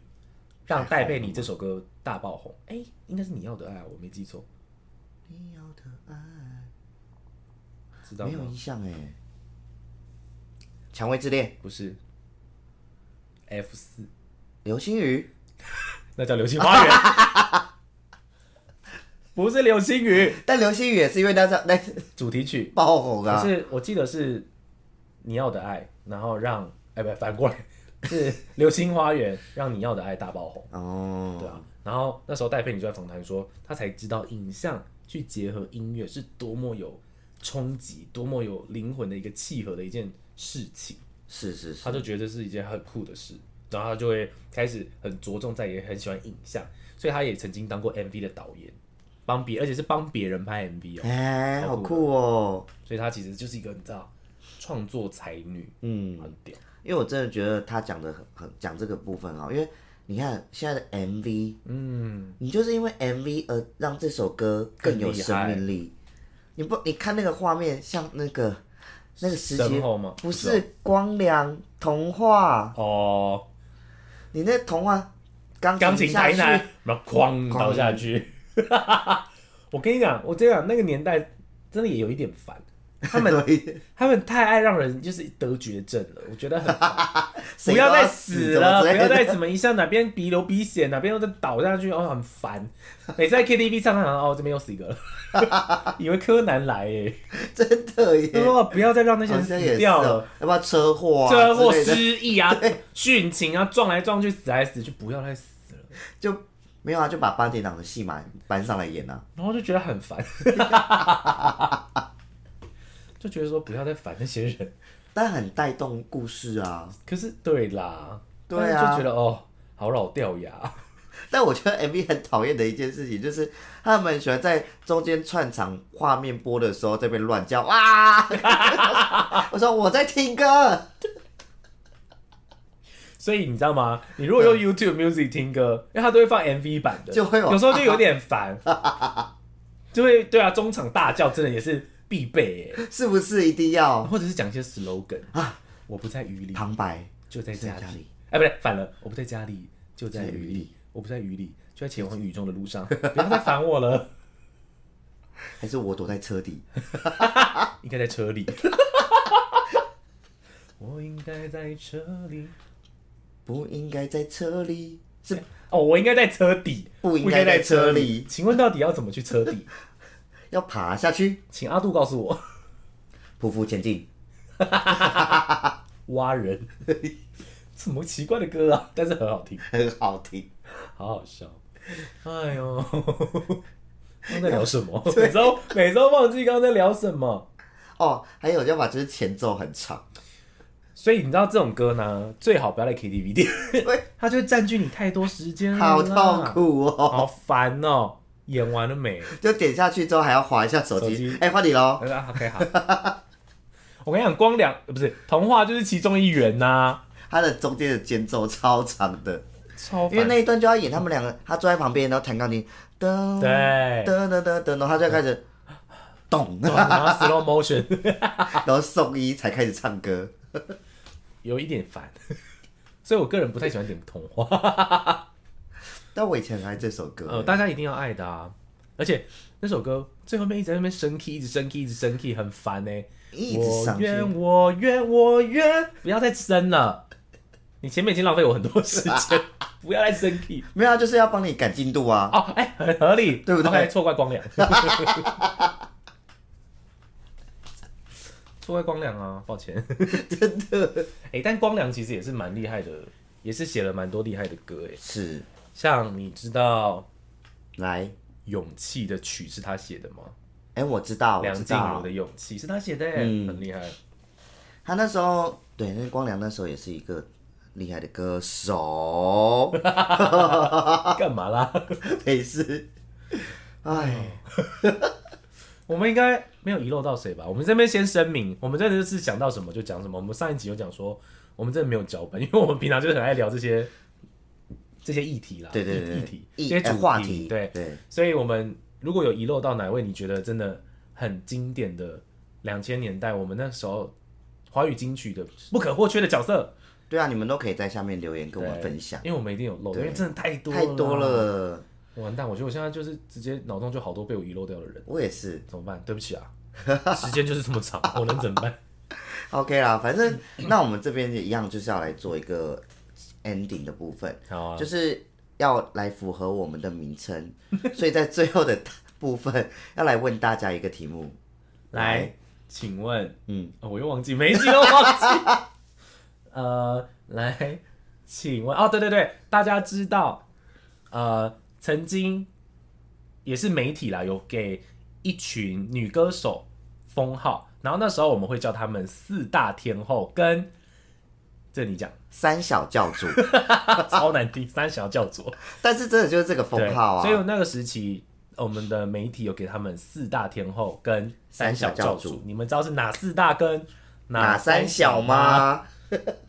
A: 让戴佩妮这首歌大爆红。哎、应该是你要的爱，我没记错，
B: 你要的爱，
A: 知道
B: 没有
A: 吗？
B: 印象哎。蔷薇之恋
A: 不是 F 四
B: 流星雨，
A: 那叫流星花园， 不是流星雨
B: 但流星雨也是因为那张那
A: 主题曲，
B: 爆红
A: 可
B: 啊，
A: 是我记得是你要的爱，然后让哎不反过 来是流星花园让你要的爱大爆红，
B: 哦，
A: 对啊。然后那时候戴佩妮就在访谈说，她才知道影像去结合音乐是多么有冲击、多么有灵魂的一个契合的一件事情。
B: 是是是，
A: 他就觉得这是一件很酷的事，然后他就会开始很着重在，也很喜欢影像，所以他也曾经当过 MV 的导演，帮别而且是帮别人拍 MV 哦，
B: 哎、
A: 好
B: 好
A: 酷
B: 酷哦，
A: 所以他其实就是一个你知道创作才女，
B: 嗯，
A: 很屌，
B: 因为我真的觉得他讲的很很讲这个部分哈，因为你看现在的 MV，
A: 嗯，
B: 你就是因为 MV 而让这首歌更有生命力。你不，你看那个画面，像那个那个时期
A: 身，后吗？
B: 不
A: 知道
B: 是光良童话，
A: 哦，
B: 你那童话钢
A: 钢
B: 琴
A: 琴
B: 下
A: 台
B: 去
A: 南，然后哐倒下去， 我跟你讲，我跟你讲，那个年代真的也有一点烦。他 们他们太爱让人就是得绝症了，我觉得很烦。
B: 谁
A: 不
B: 都
A: 要再
B: 死
A: 死了，不
B: 怎么之类
A: 要
B: 的
A: 再怎么一下哪边鼻流鼻血，哪边又再倒下去，哦，很烦。每次在 KTV 唱唱，哦，这边又死一个了， 以为柯南来 耶，
B: 真的
A: 他
B: 耶，
A: 说哦不要再让那些
B: 好
A: 人
B: 像也
A: 死
B: 是
A: 掉
B: 哦
A: 了，，
B: 要不要车祸啊？
A: 车祸、
B: 之类的
A: 失忆 啊、殉情啊，撞来撞去，死来死去，不要再死了。
B: 就没有啊，就把八点档的戏码搬上来演啊。
A: 然后就觉得很烦， 就觉得说不要再烦那些人。
B: 但很带动故事啊。
A: 可是对啦，
B: 对
A: 但是
B: 啊
A: 就觉得哦，好老掉牙。
B: 但我觉得 MV 很讨厌的一件事情，就是他们喜欢在中间串场画面播的时候这边乱叫哇！ 我说我在听歌，
A: 所以你知道吗？你如果用 YouTube Music 听歌，因为它都会放 MV 版的，
B: 嗯就会有
A: 有时候就有点 烦，就会对啊，中场大叫真的也是必备耶，
B: 是不是一定要
A: 或者是讲一些 slogan 啊，我不在雨里
B: 旁白？
A: 就在家
B: 在家
A: 里
B: 里，
A: 哎，不对，反了，我不在家里就在
B: 在雨
A: 雨
B: 里
A: 里，我不在雨里就在前往雨中的路上，不要再烦我了，
B: 还是我躲在车底？
A: 应该在车里， 我应该在车里，
B: 不应该在车里，是
A: 哦，我应该在车底，
B: 不应
A: 不应该
B: 该在
A: 在
B: 车
A: 车
B: 里，
A: 请问到底要怎么去车底？
B: 要爬下去，
A: 请阿杜告诉我。
B: 匍匐前进。
A: 挖人， 什么奇怪的歌啊？但是很好听，
B: 很好听，
A: 好好笑。哎呦， 刚刚在聊什么？每周每周忘记刚刚在聊什么。
B: 哦，还有要把就是前奏很长，
A: 所以你知道这种歌呢，最好不要在 KTV 点
B: 对，
A: 它就会占据你太多时间了啦，
B: 好痛苦哦！
A: 好烦哦。演完了没？
B: 就点下去之后还要划一下手
A: 手
B: 机
A: 机，
B: 哎，换你喽，
A: 啊，OK，好。 我跟你讲，光良呃不是童话，就是其中一员呐、
B: 它的中间的间奏超长的。
A: 超烦
B: 因为那一段就要演他们两个，他坐在旁边，然后弹钢琴，噔
A: 对
B: 噔噔噔噔，然后他就开始咚，
A: 对然后 slow motion。
B: 然后送医才开始唱歌。
A: 有一点烦， 所以我个人不太喜欢点童话。
B: 但我以前很爱这首
A: 呃，
B: 歌，
A: 大家一定要爱的啊！而且那首歌最后面一直在那边升 key，一直升 key，一直升 key，很烦欸呢、
B: 一直
A: 我
B: 上去
A: 愿，我愿我愿，不要再升了。你前面已经浪费我很多时间， 不要再升 key。
B: 没有啊，就是要帮你赶进度啊。
A: 哦，哎、很合理，
B: 对不对
A: OK，错怪光 良，错怪光良啊，抱歉，真的。哎、但光良其实也是蛮厉害的，也是写了蛮多厉害的歌哎。
B: 是，
A: 像你知道
B: 来，
A: 《勇气》的曲是他写的吗？
B: 哎，我知道，我
A: 梁
B: 知
A: 静茹
B: 道
A: 的，《勇气》是他写的耶，哎
B: 嗯
A: 很厉害。
B: 他那时候对，那光良那时候也是一个厉害的 歌手，
A: 干嘛啦？
B: 没事。哎，
A: 哦我们应该没有遗漏到谁吧？我们这边先声明，我们真的是想到什么就讲什么。我们上一集有讲说，我们真的没有脚本，因为我们平常就是很爱聊这些这些议题啦，
B: 对对
A: 议
B: 对
A: 议题，这
B: 一
A: 些
B: 哎
A: 主
B: 话题，
A: 对。
B: 对，
A: 所以我们如果有遗漏到哪位你觉得真的很经典的两千年代，我们那时候华语金曲的不可或缺的角色，
B: 对啊，你们都可以在下面留言跟我们
A: 对
B: 分享。
A: 因为我们一定有漏，因
B: 对
A: 为真的太多
B: 太多
A: 了。
B: 了，
A: 完蛋，我觉得我现在就是直接脑中就好多被我遗漏掉的人，
B: 我也是。
A: 怎么办？对不起啊，时间就是这么长，我能怎么办？
B: OK 啦，反正那我们这边也一样，就是要来做一个 ending 的部分，
A: 好啊，
B: 就是要来符合我们的名称，所以在最后的部分要来问大家一个题目，
A: 来，请问，
B: 嗯，
A: 哦我又忘记，每一集都忘记。 呃，来，请问，哦，对对对，大家知道，呃，曾经也是媒体啦，有给一群女歌手封号，然后那时候我们会叫她们四大天后，跟这你讲
B: 三小教主，
A: 超难听，三小教主。
B: 但是真的就是这个封
A: 对，
B: 号啊，
A: 所以我那个时期，我们的媒体有给他们四大天后跟三小
B: 三小教
A: 主，
B: 主
A: 你们知道是哪四大跟
B: 哪三小
A: 小吗？
B: 吗？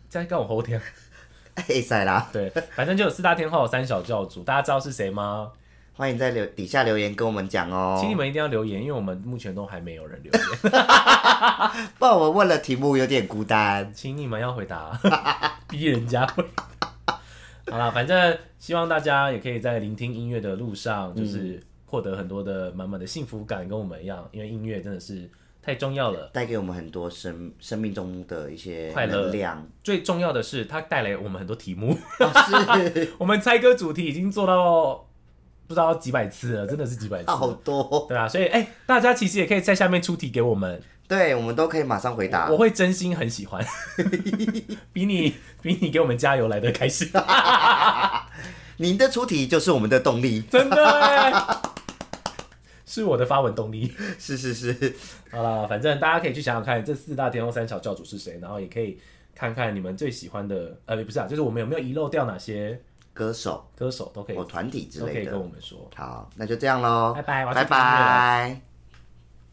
A: 这样跟我后天
B: 哎塞啦，
A: 对，反正就有四大天后、三小教主，大家知道是谁吗？
B: 欢迎在留底下留言跟我们讲哦。
A: 请你们一定要留言，因为我们目前都还没有人留言，
B: 不然我们问了题目有点孤单。
A: 请你们要回答， 逼人家回答。 好啦，反正希望大家也可以在聆听音乐的路
B: 嗯
A: 上，就是获得很多的满满的幸福感，跟我们一样，因为音乐真的是太重要了。
B: 带给我们很多生生命中的一些
A: 快乐
B: 能量，
A: 最重要的是，它带来我们很多题目。
B: 哦、是
A: 我们猜歌主题已经做到不知道几百次了，真的是几百次
B: 好
A: 了，
B: 多，
A: 对吧、所以，哎、大家其实也可以在下面出题给我们，
B: 对我们都可以马上回答
A: 我。会真心很喜 欢，比你比你给我们加油来的开 心，
B: 您的出题就是我们的动力，
A: 真的哎。是我的发文动力。
B: 是是是，
A: 好啦，反正大家可以去想想看，这四大天后三小教主是谁，然后也可以看看你们最喜欢的，呃，不是啊，就是我们有没有遗漏掉哪些
B: 歌手
A: 歌手，都可以
B: 哦或团体之
A: 都可
B: 类
A: 以跟
B: 的。
A: 我们说。
B: 好，那就这样喽，
A: 拜拜我要去
B: 拜
A: 听音乐了
B: 拜。